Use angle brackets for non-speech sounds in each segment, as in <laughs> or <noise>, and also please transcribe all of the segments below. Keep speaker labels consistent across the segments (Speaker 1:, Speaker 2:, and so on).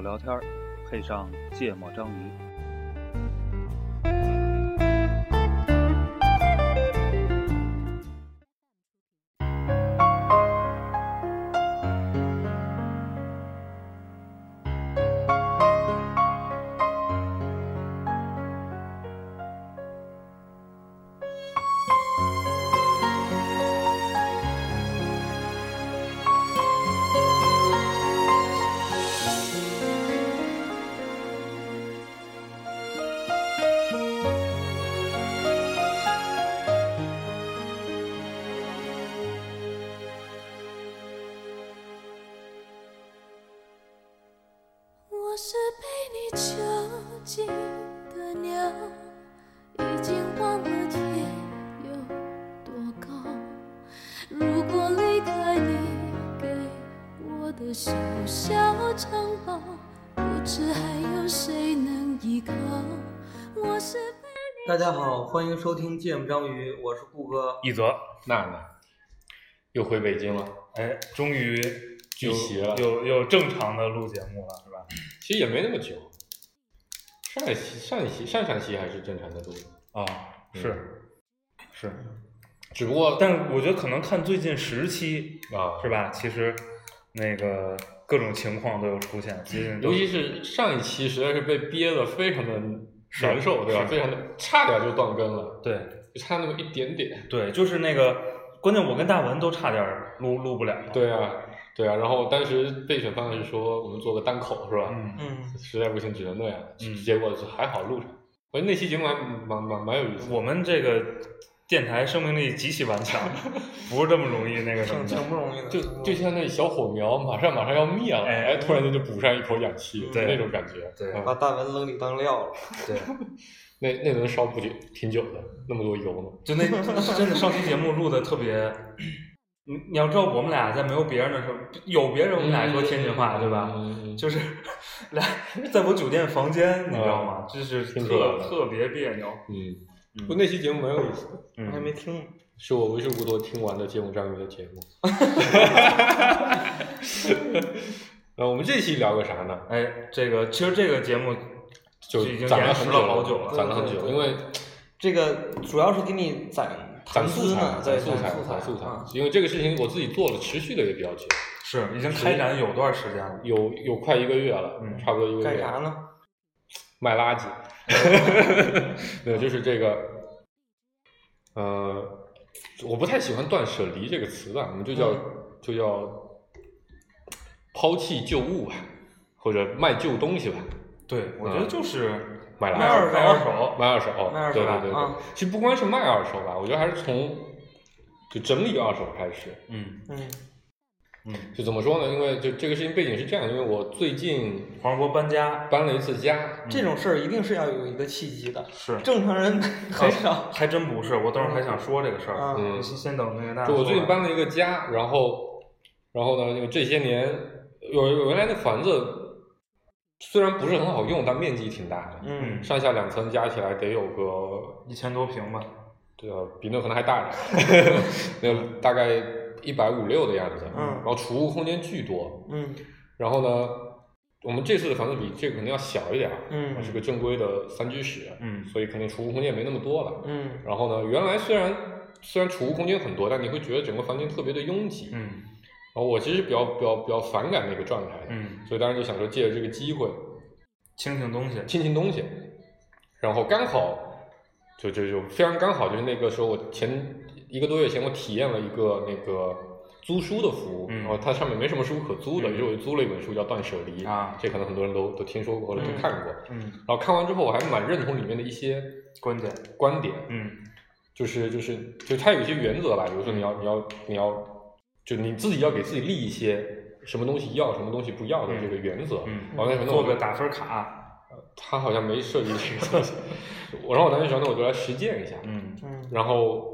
Speaker 1: 聊天，配上芥末章鱼。
Speaker 2: 我是被你囚禁的鸟，已经忘了天有多高。如果离开你给我的小小城堡，不知还有谁能依靠。我是被
Speaker 3: 大家好，欢迎收听《芥末章鱼》，我是顾哥。
Speaker 4: 一泽
Speaker 5: 娜娜又回北京了，
Speaker 4: 哎，终于
Speaker 5: 聚
Speaker 4: 有
Speaker 5: 齐了
Speaker 4: 有有正常的录节目了，是吧？
Speaker 5: 其实也没那么久。上一期、上一期、上上期还是正常的录，
Speaker 4: 啊，
Speaker 5: 嗯
Speaker 4: 是是，
Speaker 5: 只不过
Speaker 4: 但我觉得可能看最近十期
Speaker 5: 啊
Speaker 4: 是，吧？其实那个各种情况都有出现，最近都
Speaker 5: 尤其是上一期实在是被憋得非常的
Speaker 4: 是
Speaker 5: 难受，对吧？
Speaker 4: 是
Speaker 5: 非常的差点就断更了，
Speaker 4: 对
Speaker 5: 就差那么一点点。
Speaker 4: 对，就是那个，关键我跟大文都差点儿录录不了了。
Speaker 5: 对啊，对啊。然后当时备选方案是说我们做个单口，是吧？
Speaker 4: 嗯，
Speaker 3: 嗯，
Speaker 5: 实在不行只能那样。
Speaker 4: 嗯
Speaker 5: 结果是还好录上，我觉得那期节目还蛮蛮蛮有意思的。
Speaker 4: 我们这个电台生命力极其顽
Speaker 5: <laughs>
Speaker 4: 强，不是这么容易那个什么
Speaker 3: 挺
Speaker 4: 的。
Speaker 3: 挺不容易的。
Speaker 5: 就
Speaker 3: 嗯
Speaker 5: 就像那小火苗马上马上要灭了，
Speaker 4: 哎
Speaker 5: 哎，突然间就补上一口氧气，
Speaker 4: 对
Speaker 5: 那种感觉，
Speaker 4: 对
Speaker 5: 嗯
Speaker 3: 把大文扔里当料了。
Speaker 4: 对，
Speaker 5: 那那能烧不久，挺久的，那么多油呢。
Speaker 4: 就那 <laughs> 真的上期节目录的特别，你你要知道我们俩在没有别人的时候，有别人我们俩说天津话、对吧？
Speaker 5: 嗯，
Speaker 4: <laughs> 就是来在我酒店房间，你知道吗？就是
Speaker 5: 嗯听出来
Speaker 4: 特
Speaker 5: 了
Speaker 4: 特别别扭。
Speaker 5: 嗯，
Speaker 4: 嗯
Speaker 5: 不，那期节目蛮有意思的，
Speaker 3: 我还
Speaker 4: 嗯，
Speaker 3: 没听呢。
Speaker 5: 是我为数不多听完的芥末章鱼的节目。那呃我们这期聊个啥呢？
Speaker 4: 哎，这个其实这个节目
Speaker 5: 就
Speaker 4: 已经
Speaker 5: 攒了
Speaker 4: 延
Speaker 5: 很
Speaker 4: 迟
Speaker 5: 久
Speaker 4: 了好久了。
Speaker 5: 攒了很久，
Speaker 3: 对对对
Speaker 5: 因为
Speaker 3: 这个主要是给你攒
Speaker 5: 攒
Speaker 3: 谈
Speaker 5: 素
Speaker 3: 资
Speaker 5: 材
Speaker 3: 呢，，对，
Speaker 5: 攒素材，
Speaker 3: 攒
Speaker 5: 攒素材嗯
Speaker 3: 啊。。
Speaker 5: 因为这个事情我自己做了，持续的也比较久，
Speaker 4: 是已经开展有段时间了。
Speaker 5: 有有快一个月了，
Speaker 4: 嗯
Speaker 5: 差不多一个月。
Speaker 3: 干啥呢？
Speaker 5: 卖垃圾， <laughs> 没有，就是这个，呃，我不太喜欢“断舍离”这个词吧，我们就叫、就叫抛弃旧物吧，或者卖旧东西吧，
Speaker 4: 对，我觉得就是
Speaker 5: 嗯买
Speaker 3: 卖二
Speaker 5: 垃哦
Speaker 3: 手
Speaker 4: 卖二手。
Speaker 5: 卖二手，
Speaker 3: 卖二手
Speaker 5: 对
Speaker 3: 吧
Speaker 5: 对对对、
Speaker 3: 啊
Speaker 5: 其实不光是卖二手吧，我觉得还是从就整理二手开始。
Speaker 4: 嗯
Speaker 3: 嗯
Speaker 4: 嗯，
Speaker 5: 就怎么说呢？因为就这个事情背景是这样，因为我最近
Speaker 4: 黄世博搬家
Speaker 5: 搬了一次家，
Speaker 3: 这种事儿一定是要有一个契机的，
Speaker 4: 是啊
Speaker 3: 正常人很少。
Speaker 4: 还真不是，我等会儿还想说这个事儿。
Speaker 3: 啊
Speaker 5: 嗯，
Speaker 4: 先先等那个大家
Speaker 5: 就
Speaker 4: 说完。
Speaker 5: 我最近搬了一个家，然后，然后呢，因为这些年有有原来那房子虽然不是很好用，但面积挺大的，
Speaker 3: 嗯
Speaker 5: 上下两层加起来得有个，
Speaker 4: 一千多平吧，
Speaker 5: 这个比那可能还大一点，那大概一百五六的样子，
Speaker 3: 嗯
Speaker 5: 然后储物空间巨多，
Speaker 3: 嗯
Speaker 5: 然后呢，我们这次的房子比这个肯定要小一点儿，
Speaker 3: 嗯
Speaker 5: 是个正规的三居室，
Speaker 4: 嗯
Speaker 5: 所以肯定储物空间没那么多了。
Speaker 3: 嗯
Speaker 5: 然后呢，原来虽然虽然储物空间很多，但你会觉得整个房间特别的拥挤，
Speaker 4: 嗯
Speaker 5: 然哦后我其实比较比较比较反感那个状态的，
Speaker 4: 嗯，
Speaker 5: 所以当时就想说借着这个机会
Speaker 4: 清清东西，
Speaker 5: 清清东西，然后刚好就就就非常刚好，就是那个时候我前一个多月前我体验了一个那个租书的服务，
Speaker 4: 嗯
Speaker 5: 然后它上面没什么书可租的，
Speaker 4: 嗯
Speaker 5: 于是我就租了一本书叫《断舍离》
Speaker 4: 啊
Speaker 5: 这可能很多人都都听说过或者都
Speaker 3: 嗯
Speaker 5: 看过，
Speaker 4: 嗯，
Speaker 5: 然后看完之后我还蛮认同里面的一些
Speaker 4: 关键，
Speaker 5: 观点，
Speaker 4: 嗯
Speaker 5: 就是就是就它有一些原则吧，比如说你要你要你要，就你自己要给自己立一些什么东西要，什么东西不要的这个原则。
Speaker 4: 嗯，
Speaker 5: 我当时想那我
Speaker 4: 做个打分卡，
Speaker 5: 他好像没设计这个东西，我然后我当时想那我就来实践一下，
Speaker 4: 嗯
Speaker 3: 嗯
Speaker 5: 然后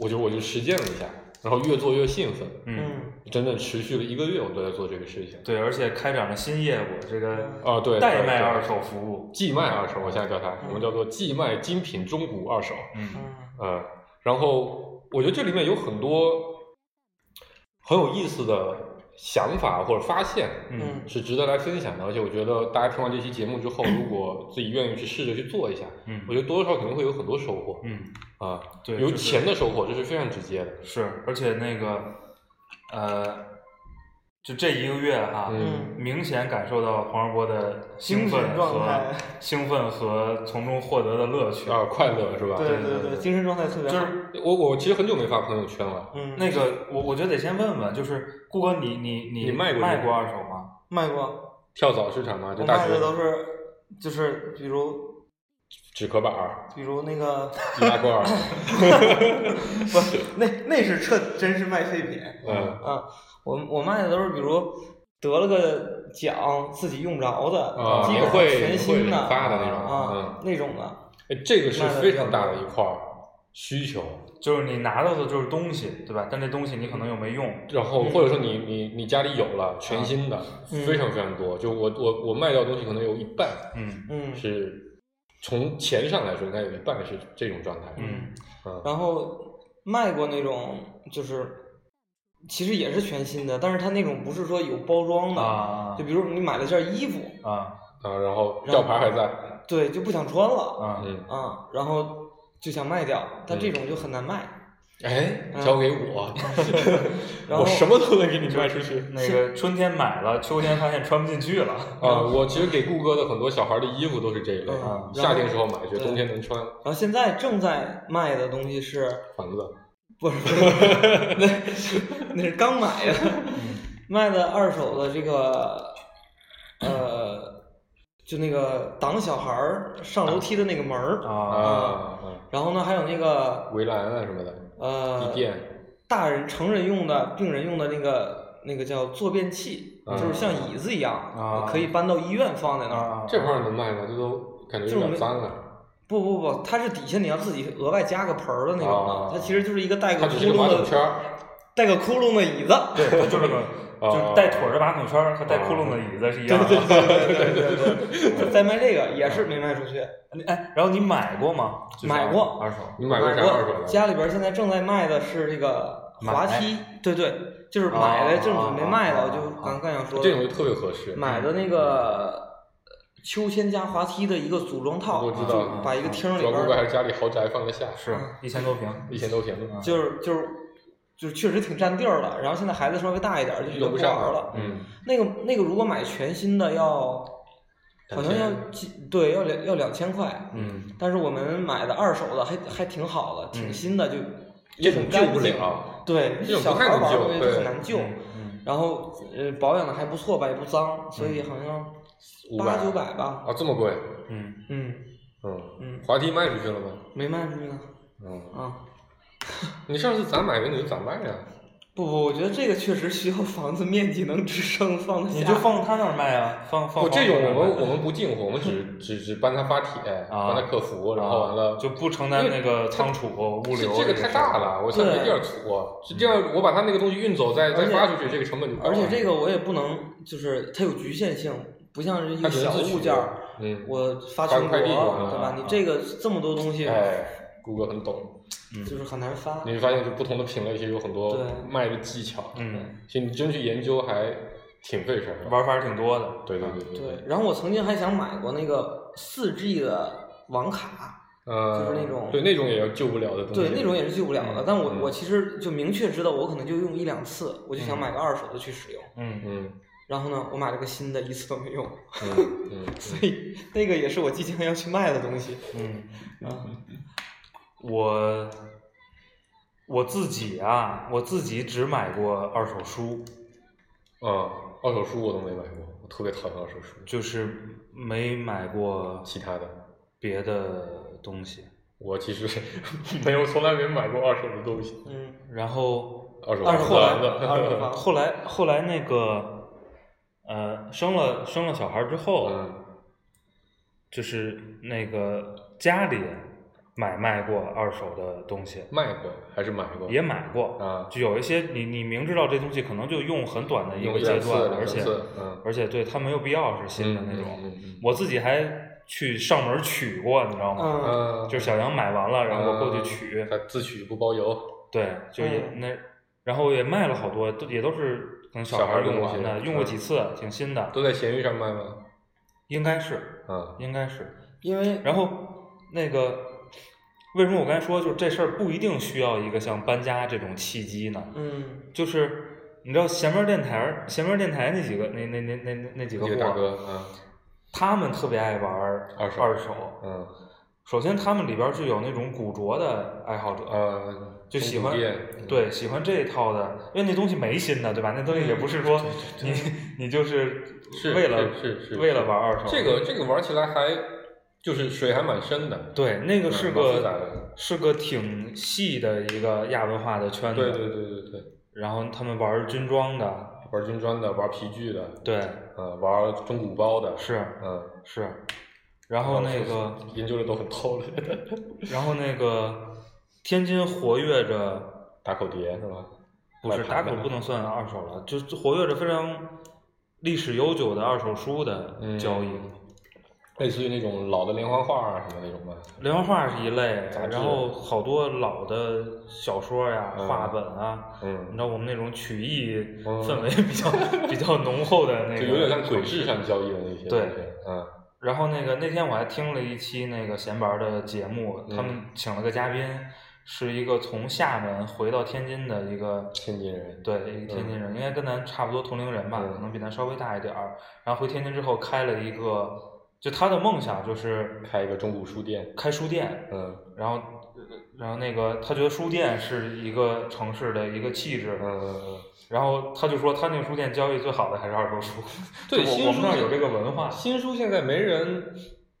Speaker 5: 我就我就实践了一下，然后越做越兴奋，
Speaker 4: 嗯，
Speaker 3: 嗯
Speaker 5: 整整持续了一个月，我都在做这个事情。
Speaker 4: 对，而且开展了新业务，这个
Speaker 5: 啊，对，
Speaker 4: 代
Speaker 5: 对
Speaker 4: 卖
Speaker 5: 对
Speaker 4: 二手服务，
Speaker 5: 寄卖二手，我现在叫它，
Speaker 3: 嗯
Speaker 5: 我们叫做寄卖精品中古二手。
Speaker 4: 嗯
Speaker 3: 嗯
Speaker 5: 嗯，然后我觉得这里面有很多很有意思的想法或者发现，
Speaker 4: 嗯，
Speaker 5: 是值得来分享的。而且我觉得大家听完这期节目之后，如果自己愿意去试着去做一下，
Speaker 4: 嗯
Speaker 5: 我觉得多多少少可能会有很多收获
Speaker 4: 嗯，
Speaker 5: 啊，
Speaker 4: 对，
Speaker 5: 有
Speaker 4: 就是
Speaker 5: 钱的收获，这是非常直接的。
Speaker 4: 是，而且那个，呃，就这一个月哈，
Speaker 5: 嗯
Speaker 4: 明显感受到黄世波的兴
Speaker 6: 精
Speaker 4: 奋
Speaker 6: 神状
Speaker 4: 和
Speaker 6: 态
Speaker 4: 兴奋和从中获得的乐趣。
Speaker 5: 啊，快乐是吧？
Speaker 6: 对
Speaker 4: 对对
Speaker 6: 对，精神状态特别
Speaker 4: 就
Speaker 6: 好。
Speaker 4: 是
Speaker 5: 我我其实很久没发朋友圈了，
Speaker 6: 嗯，
Speaker 4: 那个，我我觉得得先问问，就是顾哥你，你你
Speaker 5: 你卖过
Speaker 4: 卖
Speaker 5: 吗
Speaker 4: 过二手吗？
Speaker 6: 卖过，
Speaker 5: 跳蚤市场嘛，
Speaker 6: 我
Speaker 5: 就大
Speaker 6: 卖
Speaker 5: 学
Speaker 6: 的都是就是比如
Speaker 5: 纸壳板儿、
Speaker 6: 比如那个
Speaker 5: 易
Speaker 6: <laughs>
Speaker 5: 拉罐儿，
Speaker 6: 不，那那是彻真是卖废品。
Speaker 5: 嗯
Speaker 6: 啊，我我卖的都是比如得了个奖自己用不着的，
Speaker 5: 啊，
Speaker 6: 基
Speaker 5: 年
Speaker 6: 本上
Speaker 5: 会
Speaker 6: 全
Speaker 5: 年会
Speaker 6: 新
Speaker 5: 领
Speaker 6: 的
Speaker 5: 发的那种，
Speaker 6: 啊
Speaker 5: 嗯，
Speaker 6: 那种的。
Speaker 5: 哎，这个是非常大的一块儿需求，
Speaker 4: 就是你拿到的就是东西，对吧？但这东西你可能又没用，
Speaker 5: 然后
Speaker 6: 嗯
Speaker 5: 或者说你你你家里有了全新的，
Speaker 6: 嗯
Speaker 5: 非常非常多。就我我我卖掉的东西可能有一半
Speaker 4: 嗯
Speaker 6: 嗯，
Speaker 5: 是从钱上来说，应该有一半是这种状态。
Speaker 4: 嗯
Speaker 5: 嗯
Speaker 6: 然后卖过那种就是其实也是全新的，但是它那种不是说有包装的，
Speaker 4: 啊
Speaker 6: 就比如你买了件衣服，
Speaker 4: 啊
Speaker 5: 啊，然后吊牌还在，
Speaker 6: 对，就不想穿了
Speaker 4: 啊
Speaker 5: 嗯，
Speaker 6: 啊，然后就想卖掉，但这种就很难卖。
Speaker 5: 哎，
Speaker 6: 嗯
Speaker 5: 交给我，
Speaker 6: 然
Speaker 5: 我
Speaker 6: 后
Speaker 5: 什么都能给你卖出去。
Speaker 4: 那个春天买了，秋天发现穿不进去了，
Speaker 5: <laughs> 啊，我其实给顾哥的很多小孩的衣服都是这一类，
Speaker 6: 嗯然后
Speaker 5: 夏天时候买，觉得
Speaker 6: 对
Speaker 5: 冬天能穿，
Speaker 6: 然后现在正在卖的东西是。
Speaker 5: 房子。
Speaker 6: 不是，不是 <laughs> 那是那是刚买的，
Speaker 5: 嗯
Speaker 6: 卖的二手的这个，呃，就那个挡小孩儿上楼梯的那个门儿，
Speaker 4: 啊
Speaker 5: 啊，嗯
Speaker 6: 然后呢还有那个
Speaker 5: 围栏啊什么的，
Speaker 6: 呃
Speaker 5: 地，垫，
Speaker 6: 大人成人用的、病人用的那个那个叫坐便器，
Speaker 5: 啊
Speaker 6: 就是像椅子一样，
Speaker 4: 啊
Speaker 6: 可以搬到医院放在那儿。
Speaker 4: 啊，
Speaker 5: 这块儿能卖吗？这都感觉有
Speaker 6: 就是没
Speaker 5: 点脏了。
Speaker 6: 不不不，它是底下你要自己额外加个盆儿的那种的，
Speaker 5: 啊
Speaker 6: 它其实就是一个带
Speaker 5: 它
Speaker 6: 个
Speaker 5: 只
Speaker 6: 窟
Speaker 5: 是个马
Speaker 6: 窿
Speaker 5: 桶圈
Speaker 6: 的
Speaker 5: 儿，
Speaker 6: 带个窟窿的椅子。
Speaker 4: 对，它就是
Speaker 5: <laughs>
Speaker 4: 个
Speaker 5: 啊
Speaker 4: 就是带腿儿的马桶圈儿和带窟窿的椅子是一样的。
Speaker 6: 对对对对，在卖这个也是没卖出去，
Speaker 4: 你哎，然后你买过吗？就是
Speaker 6: 买过
Speaker 4: 二手
Speaker 5: 你买过啥二手的？
Speaker 6: 家里边现在正在卖的是这个滑梯，对对，就是买
Speaker 4: 啊
Speaker 5: 哦
Speaker 6: 了正准备卖
Speaker 4: 啊
Speaker 6: 的，
Speaker 4: 啊
Speaker 6: 我就刚刚想说
Speaker 5: 这种就特别合适。嗯
Speaker 6: 买的那个秋千加滑梯的一个组装套，
Speaker 5: 我知道
Speaker 6: 就
Speaker 5: 啊
Speaker 6: 把一个嗯厅里
Speaker 5: 主要顾
Speaker 6: 边
Speaker 5: 哥还
Speaker 6: 儿
Speaker 5: 是家里豪宅放得下，
Speaker 4: 是一千多平，
Speaker 5: 一千多平，
Speaker 6: 就是就是就是确实挺占地儿的，然后现在孩子稍微大一点儿就觉
Speaker 5: 用
Speaker 6: 得
Speaker 5: 不
Speaker 6: 不
Speaker 5: 上
Speaker 6: 玩儿了，
Speaker 5: 嗯，
Speaker 6: 那个那个如果买全新的要好像要
Speaker 5: 2000
Speaker 6: 几对要两要两千块，
Speaker 5: 嗯，
Speaker 6: 但是我们买的二手的还还挺好的，挺新的就
Speaker 5: 这
Speaker 6: 也
Speaker 5: 种
Speaker 6: 很
Speaker 5: 救
Speaker 6: 干
Speaker 5: 不
Speaker 6: 净，
Speaker 5: 了。
Speaker 6: 对，
Speaker 5: 这种
Speaker 6: 小
Speaker 5: 不
Speaker 6: 孩儿
Speaker 5: 太能
Speaker 6: 玩
Speaker 5: 救
Speaker 6: 儿东西就
Speaker 5: 对
Speaker 6: 很难救，
Speaker 4: 嗯
Speaker 6: 然后呃保养的还不错吧，也不脏，所以好像八
Speaker 5: 500
Speaker 6: 九百吧，
Speaker 5: 啊，这么贵，
Speaker 4: 嗯，
Speaker 6: 嗯
Speaker 5: 嗯，
Speaker 6: 嗯，
Speaker 5: 滑梯卖出去了吗？
Speaker 6: 没卖出去呢，
Speaker 5: 嗯，
Speaker 6: 啊。
Speaker 5: 你上次咋买的你就咋卖啊呀？
Speaker 6: 不不，我觉得这个确实需要房子面积能支撑放得下。
Speaker 4: 你就放他那儿卖啊，放放
Speaker 5: 不，这种我们我
Speaker 4: 们
Speaker 5: 们不进货，我们只只只帮他发帖，
Speaker 4: 啊
Speaker 5: 帮他客服，然后完了
Speaker 4: 就不承担那个仓储物
Speaker 5: 这
Speaker 4: 流
Speaker 5: 这个太大了，我现在没地儿储，是这样，我把他那个东西运走，再
Speaker 6: 嗯
Speaker 5: 再
Speaker 6: 而且
Speaker 5: 发出去，这个成本就高了
Speaker 6: 而且这个我也不能，就是它有局限性，不像是一
Speaker 5: 它
Speaker 6: 个
Speaker 5: 只能
Speaker 6: 小
Speaker 5: 自取
Speaker 6: 物件儿，
Speaker 5: 嗯，
Speaker 6: 我发
Speaker 5: 发
Speaker 6: 全国，
Speaker 5: 快递过来
Speaker 6: 对吧
Speaker 5: 啊？
Speaker 6: 你这个这么多东西，
Speaker 5: 哎，谷歌很懂，
Speaker 4: 嗯
Speaker 6: 就是很难发。
Speaker 5: 你会发现就不同的品类其实有很多
Speaker 6: 对
Speaker 5: 卖的技巧，
Speaker 4: 嗯，
Speaker 5: 其实你真去研究还挺费事儿的。
Speaker 4: 玩法儿挺多的，
Speaker 5: 对对对
Speaker 6: 对，，然后我曾经还想买过那个四 G 的网卡，
Speaker 5: 呃，
Speaker 6: 就是那种
Speaker 5: 对那种也救不了的东
Speaker 4: 嗯
Speaker 5: 西，
Speaker 6: 对，那种也是救不了的。但我
Speaker 5: 嗯
Speaker 6: 我其实就明确知道，我可能就用一两次，我就想买个二手的去使用。
Speaker 4: 嗯
Speaker 6: <laughs>
Speaker 5: 嗯
Speaker 6: 然后呢，我买了个新的，一次都没用，
Speaker 5: 嗯嗯，
Speaker 6: 所以那个也是我即将要去卖的东西。
Speaker 4: 嗯。
Speaker 6: 啊，
Speaker 4: 我我自己啊，我自己只买过二手书，
Speaker 5: 啊，二手书我都没买过，我特别讨厌二手书，
Speaker 4: 就是没买过
Speaker 5: 其他的。
Speaker 4: 别的东西。
Speaker 5: 我其实 <laughs> 没有，从来没买过二手的东西。
Speaker 6: 嗯，
Speaker 4: 然后
Speaker 5: 二手
Speaker 6: 二手
Speaker 5: 房
Speaker 6: 后来
Speaker 5: 子
Speaker 6: 二
Speaker 4: <laughs>
Speaker 6: 手房
Speaker 4: 后来后来那个呃，生了生了小孩之后，
Speaker 5: <laughs> 嗯
Speaker 4: 就是那个家里买卖过二手的东西，
Speaker 5: 卖过还是买过？
Speaker 4: 也买过。
Speaker 5: 啊，
Speaker 4: 就有一些你你明知道这东西可能就用很短的一
Speaker 5: 有
Speaker 4: 个阶
Speaker 5: 两次
Speaker 4: 段，
Speaker 5: 两
Speaker 4: 而且
Speaker 5: 次嗯
Speaker 4: 而且对它没有必要是新的那种。
Speaker 5: 嗯嗯
Speaker 4: 我自己还去上门取过，你知道吗？
Speaker 6: 嗯，
Speaker 5: 嗯，呃
Speaker 4: 就是小杨买完了，然后我过去取，
Speaker 5: 他自取不包邮。
Speaker 4: 对，就也、
Speaker 6: 嗯
Speaker 4: 那，然后也卖了好多，都也都是可能小孩
Speaker 5: 小孩
Speaker 4: 儿
Speaker 5: 用
Speaker 4: 用
Speaker 5: 的
Speaker 4: 完
Speaker 5: 嗯东
Speaker 4: 的，
Speaker 5: 西
Speaker 4: 用过几次，挺新的，
Speaker 5: 都在闲鱼上卖吗？
Speaker 4: 应该是，
Speaker 5: 啊，
Speaker 4: 应该是。
Speaker 6: 因为
Speaker 4: 然后那个，为什么我刚才说就是这事儿不一定需要一个像搬家这种契机呢？
Speaker 6: 嗯
Speaker 4: 就是你知道前面电台儿，前面电台那几个那那那那那那几
Speaker 5: 几
Speaker 4: 个啊
Speaker 5: 个
Speaker 4: 货
Speaker 5: 大哥，嗯
Speaker 4: 他们特别爱玩儿
Speaker 5: 二手
Speaker 4: 二手。
Speaker 5: 嗯
Speaker 4: 首先，他们里边儿就有那种古着的爱好者，
Speaker 5: 呃，
Speaker 4: 就喜
Speaker 5: 中
Speaker 4: 欢
Speaker 5: 古店
Speaker 4: 对，喜欢这一套的，因为那东西没新的，对吧？那东西也不
Speaker 5: 嗯
Speaker 4: 是说你你就是
Speaker 5: 是
Speaker 4: 为了
Speaker 5: 是是是
Speaker 4: 为了玩二手，
Speaker 5: 这个这个玩起来还就是水还蛮深的，
Speaker 4: 对那个是
Speaker 5: 嗯蛮复杂
Speaker 4: 个
Speaker 5: 的
Speaker 4: 是个挺细的一个亚文化的圈子，
Speaker 5: 对对对对对，
Speaker 4: 然后他们玩军装的，
Speaker 5: 玩军装的，玩皮具的，
Speaker 4: 对，
Speaker 5: 呃，玩中古包的，
Speaker 4: 是
Speaker 5: 嗯，
Speaker 4: 是，然
Speaker 5: 哦
Speaker 4: 后那个
Speaker 5: 研究的都很透了，
Speaker 4: 然后那个天津活跃着
Speaker 5: 打口碟是吧？
Speaker 4: 不是
Speaker 5: 外
Speaker 4: 打
Speaker 5: 盘的
Speaker 4: 口不能算二手了，就是活跃着非常历史悠久的二手书的
Speaker 5: 嗯
Speaker 4: 交易。
Speaker 5: 类似于那种老的连环画啊什么那种吧。
Speaker 4: 连环画是一类，
Speaker 5: 杂志
Speaker 4: 然后好多老的小说呀、
Speaker 5: 嗯
Speaker 4: 画本啊，你知
Speaker 5: 嗯，
Speaker 4: 道我们那种曲艺
Speaker 5: 嗯
Speaker 4: 氛围比较、 <laughs> 比较浓厚的那个，
Speaker 5: 就有点像鬼市上交易的那些
Speaker 4: 对
Speaker 5: 东西，嗯
Speaker 4: 然后那个那天我还听了一期那个闲班儿的节目，
Speaker 5: 嗯
Speaker 4: 他们请了个嘉宾，是一个从厦门回到天津的一个
Speaker 5: 天津人
Speaker 4: 对，一个天津人，应该跟咱差不多同龄人吧，
Speaker 5: 嗯
Speaker 4: 可能比咱稍微大一点儿。然后回天津之后开了一个，就他的梦想就是
Speaker 5: 开一个中古书店，
Speaker 4: 开书店，
Speaker 5: 嗯
Speaker 4: 然后呃然后那个他觉得书店是一个城市的一个气质
Speaker 5: 嗯，嗯嗯，
Speaker 4: 然后他就说他那个书店交易最好的还是二手书，
Speaker 5: 对
Speaker 4: 就
Speaker 5: 新
Speaker 4: 我我们
Speaker 5: 书
Speaker 4: 那儿
Speaker 5: 店
Speaker 4: 有这个文化，
Speaker 5: 新书现在没人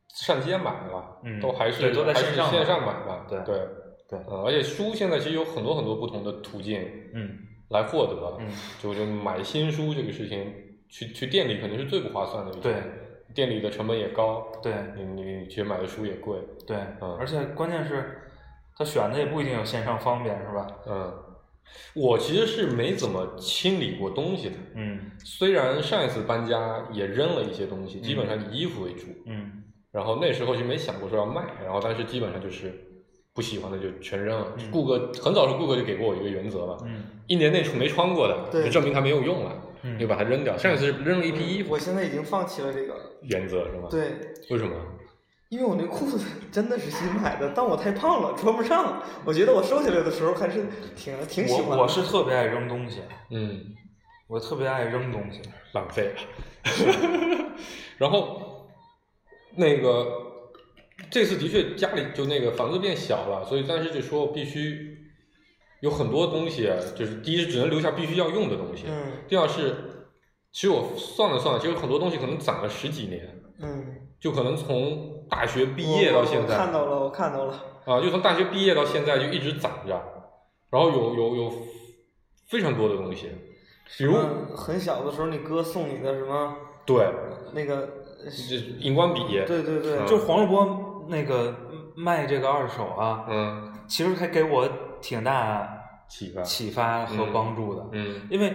Speaker 5: 上街买了，
Speaker 4: 嗯
Speaker 5: 都还是
Speaker 4: 对都在
Speaker 5: 还是
Speaker 4: 线上买
Speaker 5: 线上买吧，
Speaker 4: 对
Speaker 5: 对
Speaker 4: 对
Speaker 5: 嗯而且书现在其实有很多很多不同的途径
Speaker 4: 嗯
Speaker 5: 来获得，
Speaker 4: 嗯，
Speaker 5: 就就买新书这个事情，去去店里肯定是最不划算的一个，
Speaker 4: 对，
Speaker 5: 店里的成本也高，
Speaker 4: 对
Speaker 5: 你你你其实买的书也贵，
Speaker 4: 对，
Speaker 5: 嗯
Speaker 4: 而且关键是他选的也不一定有线上方便，是吧？
Speaker 5: 嗯，我其实是没怎么清理过东西的，
Speaker 4: 嗯
Speaker 5: 虽然上一次搬家也扔了一些东西，
Speaker 4: 嗯
Speaker 5: 基本上以衣服为主，
Speaker 4: 嗯
Speaker 5: 然后那时候就没想过说要卖，然后但是基本上就是不喜欢的就全扔了。
Speaker 4: 嗯
Speaker 5: 顾客很早的时候顾客就给过我一个原则嘛，
Speaker 4: 嗯
Speaker 5: 一年内没穿过的，
Speaker 6: 对
Speaker 5: 就证明它没有用了，
Speaker 4: 嗯，
Speaker 5: 就把它扔掉。上一次是扔了一批衣服
Speaker 6: 我，现在已经放弃了这个，
Speaker 5: 原则是吗？，
Speaker 6: 对，
Speaker 5: 为什么？
Speaker 6: 因为我那裤子 <laughs> 真的是新买的，但我太胖了，穿不上。我觉得我瘦下来的时候还是挺挺喜欢的
Speaker 4: 我我是特别爱扔东西，
Speaker 5: 嗯，
Speaker 4: 我特别爱扔东西。
Speaker 5: 浪
Speaker 6: <laughs>
Speaker 5: 费了。然后那个这次的确家里就那个房子变小了，所以但是就说必须有很多东西，啊就是第一是只能留下必须要用的东西，
Speaker 6: 嗯
Speaker 5: 第二是，其实我算了算了，其实很多东西可能攒了十几年，
Speaker 6: 嗯，
Speaker 5: 就可能从大学毕业到现在
Speaker 6: 我我看到
Speaker 5: 啊、
Speaker 6: 了，我看到了，
Speaker 5: 就从大学毕业到现在就一直攒着，然后有有有非常多的东西，比如、
Speaker 6: 嗯很小的时候你哥送你的什么
Speaker 5: 对，
Speaker 6: 那个，呃
Speaker 5: 这荧光笔，
Speaker 6: 对对对，
Speaker 5: 嗯
Speaker 4: 就黄世波那个卖这个二手啊，
Speaker 5: 嗯，
Speaker 4: 其实还给我挺大
Speaker 5: 启发，
Speaker 4: 启发和帮助的，
Speaker 5: 嗯，
Speaker 4: 因为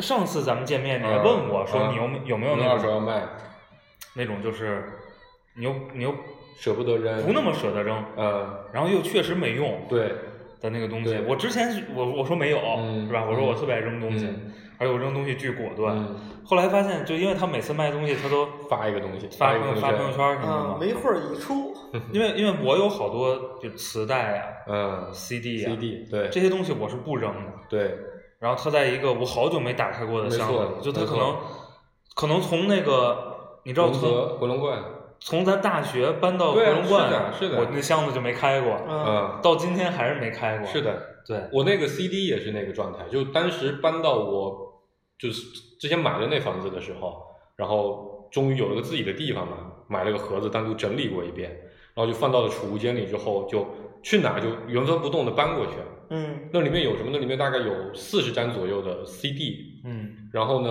Speaker 4: 上次咱们见面你还
Speaker 5: 嗯
Speaker 4: 问我说
Speaker 5: 嗯
Speaker 4: 你有没有没有那
Speaker 5: 二手要
Speaker 4: 种
Speaker 5: 卖，
Speaker 4: 那种就是你又你又
Speaker 5: 舍不得扔，
Speaker 4: 不那么舍得扔，
Speaker 5: 嗯，
Speaker 4: 然后又确实没用
Speaker 5: 对，
Speaker 4: 的那个东西
Speaker 5: 对。
Speaker 4: 我之前是我我说没有
Speaker 5: 嗯
Speaker 4: 是吧？我说我特别爱扔东西
Speaker 5: 嗯，
Speaker 4: 而且我扔东西巨果断。
Speaker 5: 嗯，
Speaker 4: 后来发现，就因为他每次卖东西，他都
Speaker 5: 发一个东西，
Speaker 4: 发
Speaker 5: 一个
Speaker 4: 发朋友，圈什么
Speaker 6: 嗯，
Speaker 4: 的嘛。
Speaker 6: 没会儿已出，
Speaker 4: 因为因为我有好多就磁带啊、
Speaker 5: 嗯
Speaker 4: CD 啊
Speaker 5: CD，对，
Speaker 4: 这些东西我是不扔的。
Speaker 5: 对，
Speaker 4: 然后它在一个我好久没打开过的箱子
Speaker 5: 没错
Speaker 4: 里，就它
Speaker 5: 没
Speaker 4: 可
Speaker 5: 错
Speaker 4: 能可能从那个你知道
Speaker 5: 龙
Speaker 4: 从
Speaker 5: 泽回龙观，
Speaker 4: 从咱大学搬到回
Speaker 5: 对啊
Speaker 4: 龙观
Speaker 5: 是的是的
Speaker 4: 我那箱子就没开过，
Speaker 6: 嗯
Speaker 5: 嗯，
Speaker 4: 到今天还是没开过。
Speaker 5: 是，的，
Speaker 4: 对，
Speaker 5: 我那个 CD 也是那个状态，就当时搬到我就是之前买的那房子的时候，然后终于有了个自己的地方嘛，买了个盒子单独整理过一遍，然后就放到了储物间里之后，就去哪儿就原封不动的搬过去。
Speaker 6: 嗯
Speaker 5: 那里面有什么？那里面大概有四十张左右的 CD，
Speaker 4: 嗯
Speaker 5: 然后呢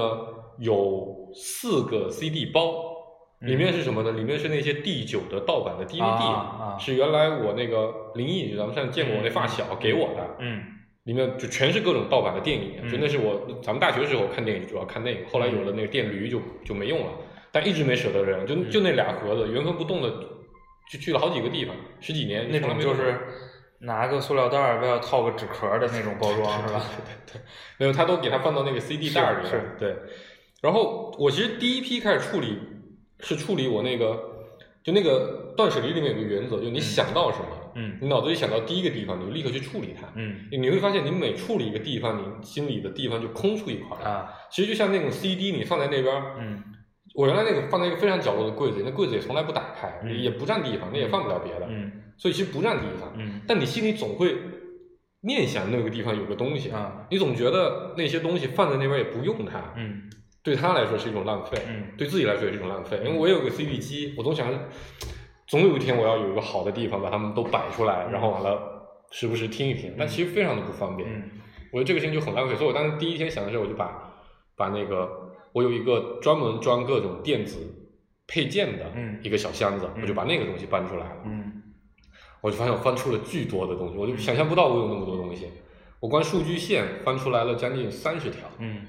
Speaker 5: 有四个 CD 包。
Speaker 4: 嗯
Speaker 5: 里面是什么呢？里面是那些第九的盗版的 DVD，、
Speaker 4: 啊啊
Speaker 5: 是原来我那个林毅，就咱们上次见过我那发小给我的，
Speaker 4: 嗯
Speaker 5: 里面就全是各种盗版的电影，啊
Speaker 4: 嗯
Speaker 5: 就那是我咱们大学的时候看电影主要看那个，后来有了那个电驴就就没用了，但一直没舍得扔，就
Speaker 4: 嗯
Speaker 5: 就那俩盒子原封不动的就去了好几个地方，十几年
Speaker 4: 那
Speaker 5: 从来
Speaker 4: 种
Speaker 5: 没
Speaker 4: 就
Speaker 5: 动过
Speaker 4: 是拿个塑料袋儿，外头套个纸壳儿的那种包装，是
Speaker 5: <laughs>
Speaker 4: 吧？
Speaker 5: 没有，他都给它放到那个 CD 袋儿里了。
Speaker 4: 是是
Speaker 5: 对。然后我其实第一批开始处理是处理我那个，就那个断舍离里面有个原则，就你想到什么，
Speaker 4: 嗯
Speaker 5: 你脑子里想到第一个地方，你就立刻去处理它。
Speaker 4: 嗯
Speaker 5: 你会发现，你每处理一个地方，你心里的地方就空出一块儿。
Speaker 4: 啊
Speaker 5: 其实就像那种 CD，你放在那边儿，
Speaker 4: 嗯
Speaker 5: 我原来那个放在一个非常角落的柜子里，那柜子也从来不打开，
Speaker 4: 嗯
Speaker 5: 也不占地方，那也放不了别的，
Speaker 4: 嗯
Speaker 5: 所以其实不占地方。
Speaker 4: 嗯
Speaker 5: 但你心里总会念想那个地方有个东西，
Speaker 4: 啊
Speaker 5: 你总觉得那些东西放在那边也不用它，
Speaker 4: 嗯
Speaker 5: 对他来说是一种浪费，
Speaker 4: 嗯
Speaker 5: 对自己来说也是一种浪费。因为
Speaker 4: 嗯
Speaker 5: 我有个 CD 机，我总想，总有一天我要有一个好的地方把它们都摆出来，
Speaker 4: 嗯
Speaker 5: 然后完了时不时听一听，但其实非常的不方便。
Speaker 4: 嗯
Speaker 5: 我觉得这个事情就很浪费，所以我当时第一天想的时候，我就把把那个我有一个专门装各种电子配件的
Speaker 4: 嗯
Speaker 5: 一个小箱子，
Speaker 4: 嗯
Speaker 5: 我就把那个东西搬出来了。
Speaker 4: 嗯
Speaker 5: 我就发现我翻出了巨多的东西，我就想象不到我有那么多东西。我光数据线翻出来了将近三十条，
Speaker 4: 嗯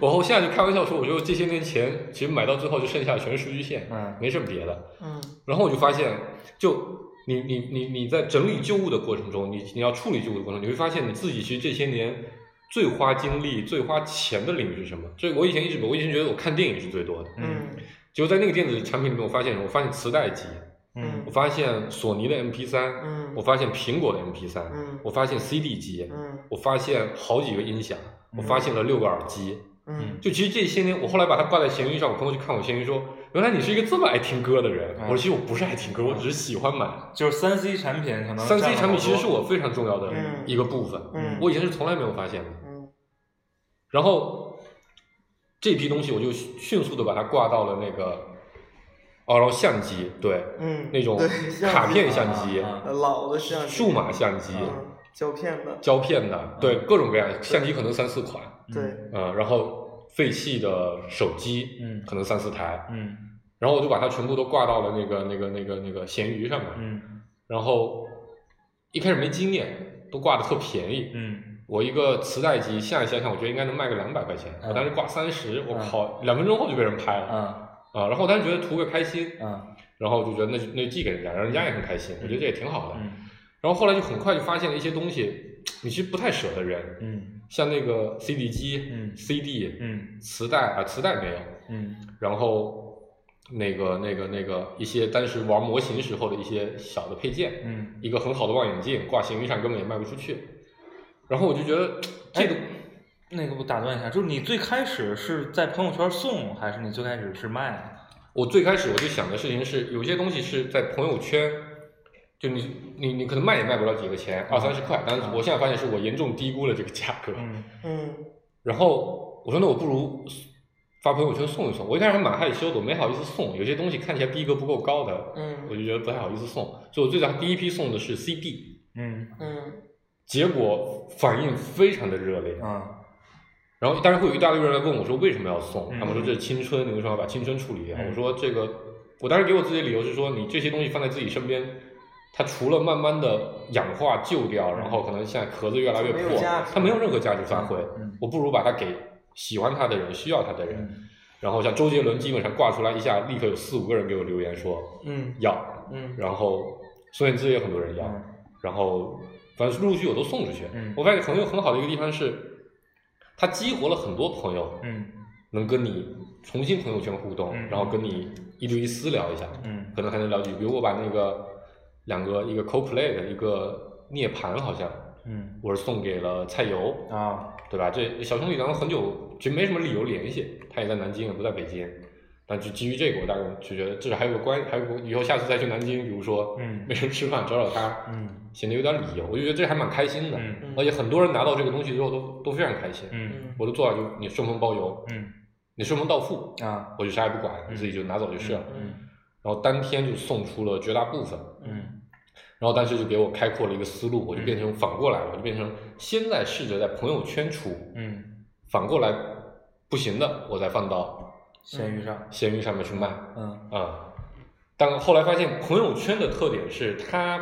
Speaker 5: 我我现在就开玩笑说，我就这些年钱，其实买到最后就剩下全是数据线，
Speaker 4: 嗯
Speaker 5: 没什么别的。
Speaker 6: 嗯
Speaker 5: 然后我就发现，就你你你你在整理旧物的过程中，你你要处理旧物的过程中，你会发现你自己其实这些年最花精力、最花钱的领域是什么？这我以前一直我以前觉得我看电影是最多的，
Speaker 4: 嗯
Speaker 6: 嗯
Speaker 5: 结果在那个电子产品里面，我发现什么我发现磁带机，
Speaker 4: 嗯
Speaker 5: 我发现索尼的 MP 三、
Speaker 6: 嗯
Speaker 5: 我发现苹果的 MP 三、
Speaker 6: 嗯
Speaker 5: 我发现 CD 机，
Speaker 6: 嗯
Speaker 5: 我发现好几个音响，我发现了六个耳机。
Speaker 6: 嗯
Speaker 5: 就其实这些年，我后来把它挂在闲鱼上，我朋友就看我闲鱼说，原来你是一个这么爱听歌的人。
Speaker 4: 嗯
Speaker 5: 我说其实我不是爱听歌，我只是喜欢买。
Speaker 4: 就是三 C 产品可能
Speaker 5: 三 C
Speaker 4: 占了
Speaker 5: 产品其实
Speaker 4: 好
Speaker 5: 是
Speaker 4: 多
Speaker 5: 我非常重要的
Speaker 6: 嗯
Speaker 5: 一个部分，
Speaker 6: 嗯
Speaker 5: 我以前是从来没有发现的。
Speaker 6: 嗯
Speaker 5: 然后这批东西我就迅速的把它挂到了那个，哦，然后相机，对，
Speaker 6: 嗯，
Speaker 5: 那种
Speaker 6: 对相
Speaker 5: 卡
Speaker 6: 机
Speaker 5: 片相机、
Speaker 4: 啊啊
Speaker 6: 呃老的摄像机
Speaker 5: 数码相机、
Speaker 6: 嗯胶片的，
Speaker 5: 胶片的，对，
Speaker 4: 嗯
Speaker 5: 各种各样，相机可能三四款，
Speaker 6: 对，
Speaker 5: 嗯，然后废弃的手机，
Speaker 4: 嗯
Speaker 5: 可能三四台，
Speaker 4: 嗯
Speaker 5: 然后我就把它全部都挂到了那个那个那个那个闲鱼上面，
Speaker 4: 嗯
Speaker 5: 然后一开始没经验，都挂的特便宜。
Speaker 4: 嗯
Speaker 5: 我一个磁带机，现在想想，我觉得应该能卖个两百块钱。
Speaker 4: 嗯
Speaker 5: 我当时挂三十，我
Speaker 4: 嗯
Speaker 5: 靠，两分钟后就被人拍了
Speaker 4: 啊
Speaker 5: 啊！然后我当时觉得图个开心，
Speaker 4: 啊
Speaker 5: 然后我就觉得那就那就寄给人家，然后人家也很开心，我觉得这也挺好的。
Speaker 4: 嗯
Speaker 5: 然后后来就很快就发现了一些东西，你其实不太舍得扔，
Speaker 4: 嗯
Speaker 5: 像那个 CD 机、
Speaker 4: 嗯
Speaker 5: CD、
Speaker 4: 嗯
Speaker 5: 磁带啊，磁带没有，
Speaker 4: 嗯
Speaker 5: 然后那个那个那个一些当时玩模型时候的一些小的配件，
Speaker 4: 嗯，
Speaker 5: 一个很好的望远镜挂闲鱼上根本也卖不出去，然后我就觉得这
Speaker 4: 哎
Speaker 5: 个、
Speaker 4: 那个我打断一下，就是你最开始是在朋友圈送，还是你最开始是卖啊？
Speaker 5: 我最开始我就想的事情是，有些东西是在朋友圈，就你你你可能卖也卖不了几个钱，二三十块，但是我现在发现是我严重低估了这个价格，
Speaker 4: 嗯
Speaker 6: 嗯
Speaker 5: 然后我说那我不如。发朋友圈送一送，我一开始还蛮害羞的，我没好意思送。有些东西看起来逼格不够高的，我
Speaker 6: 嗯
Speaker 5: 就觉得不太好意思送，所以我最早第一批送的是 CD，
Speaker 4: 嗯
Speaker 6: 嗯
Speaker 5: 结果反应非常的热烈。
Speaker 4: 啊
Speaker 5: 然后当然会有一大堆人来问我说为什么要送，
Speaker 4: 嗯
Speaker 5: 他们说这是青春，你为什么要把青春处理掉？
Speaker 4: 嗯
Speaker 5: 我说这个，我当时给我自己的理由是说，你这些东西放在自己身边，它除了慢慢的氧化旧掉，然后可能现在壳子越来
Speaker 6: 嗯
Speaker 5: 越
Speaker 6: 就没有
Speaker 5: 破
Speaker 6: 价值，
Speaker 5: 它没有任何价值发挥
Speaker 4: 嗯，
Speaker 5: 我不如把它给喜欢它的人、需要它的人。
Speaker 4: 嗯
Speaker 5: 然后像周杰伦，基本上挂出来一下，立刻有四五个人给我留言说
Speaker 6: 嗯
Speaker 5: 要，
Speaker 6: 嗯
Speaker 5: 然后孙燕姿也有很多人要，然后反正陆续我都送出去。
Speaker 4: 嗯
Speaker 5: 我发现朋友很好的一个地方是，它激活了很多朋友，
Speaker 4: 嗯
Speaker 5: 能跟你重新朋友圈互动，
Speaker 4: 嗯
Speaker 5: 然后跟你一对一私聊一下，
Speaker 4: 嗯
Speaker 5: 可能还能了解。比如我把那个两个一个 CoPlay 的一个涅槃好像。
Speaker 4: 嗯
Speaker 5: 我是送给了蔡游，
Speaker 4: 啊
Speaker 5: 对吧？这小兄弟咱们很久其实没什么理由联系，他也在南京，也不在北京。但就基于这个，我当然就觉得至少还有个关，还有个以后下次再去南京，比如说
Speaker 4: 嗯
Speaker 5: 没人吃饭找找他，
Speaker 4: 嗯
Speaker 5: 显得有点理由。我就觉得这还蛮开心的，
Speaker 4: 嗯
Speaker 5: 而且很多人拿到这个东西之后都都非常开心。
Speaker 4: 嗯
Speaker 6: 嗯
Speaker 5: 我的做法就是你顺丰包邮，
Speaker 4: 嗯
Speaker 5: 你顺丰到付，
Speaker 4: 啊
Speaker 5: 我就啥也不管，
Speaker 4: 嗯
Speaker 5: 自己就拿走就是了。
Speaker 4: 嗯
Speaker 5: 然后当天就送出了绝大部分，
Speaker 4: 嗯
Speaker 5: 然后但是就给我开阔了一个思路，我就变成反过来了，我就变成现在试着在朋友圈出，
Speaker 4: 嗯，
Speaker 5: 反过来不行的，我再放到
Speaker 4: 闲鱼上
Speaker 5: 闲鱼上面去卖
Speaker 4: 嗯
Speaker 5: 啊、但后来发现朋友圈的特点是它，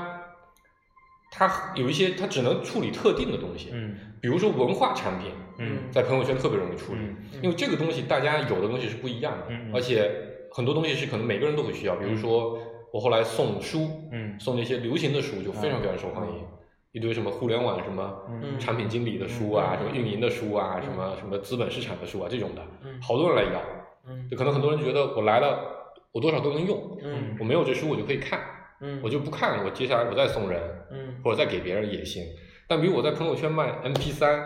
Speaker 5: 它有一些它只能处理特定的东西，
Speaker 4: 嗯
Speaker 5: 比如说文化产品，
Speaker 4: 嗯
Speaker 5: 在朋友圈特别容易处理，
Speaker 4: 嗯
Speaker 5: 因为这个东西大家有的东西是不一样的，
Speaker 4: 嗯嗯
Speaker 5: 而且很多东西是可能每个人都会需要，比如说我后来送书，
Speaker 4: 嗯
Speaker 5: 送那些流行的书，就非常非常受欢迎，一堆什么互联网什么
Speaker 4: 嗯
Speaker 5: 产品经理的书
Speaker 6: 嗯
Speaker 5: 啊，什么运营的书啊，什么什么资本市场的书啊，这种的，
Speaker 6: 嗯
Speaker 5: 好多人来要，
Speaker 6: 嗯
Speaker 5: 就可能很多人觉得我来了，我多少都能用，
Speaker 6: 嗯
Speaker 5: 我没有这书我就可以看，
Speaker 6: 嗯，
Speaker 5: 我就不看，我接下来我再送人，
Speaker 6: 嗯
Speaker 5: 或者再给别人也行。但比如我在朋友圈卖 MP 3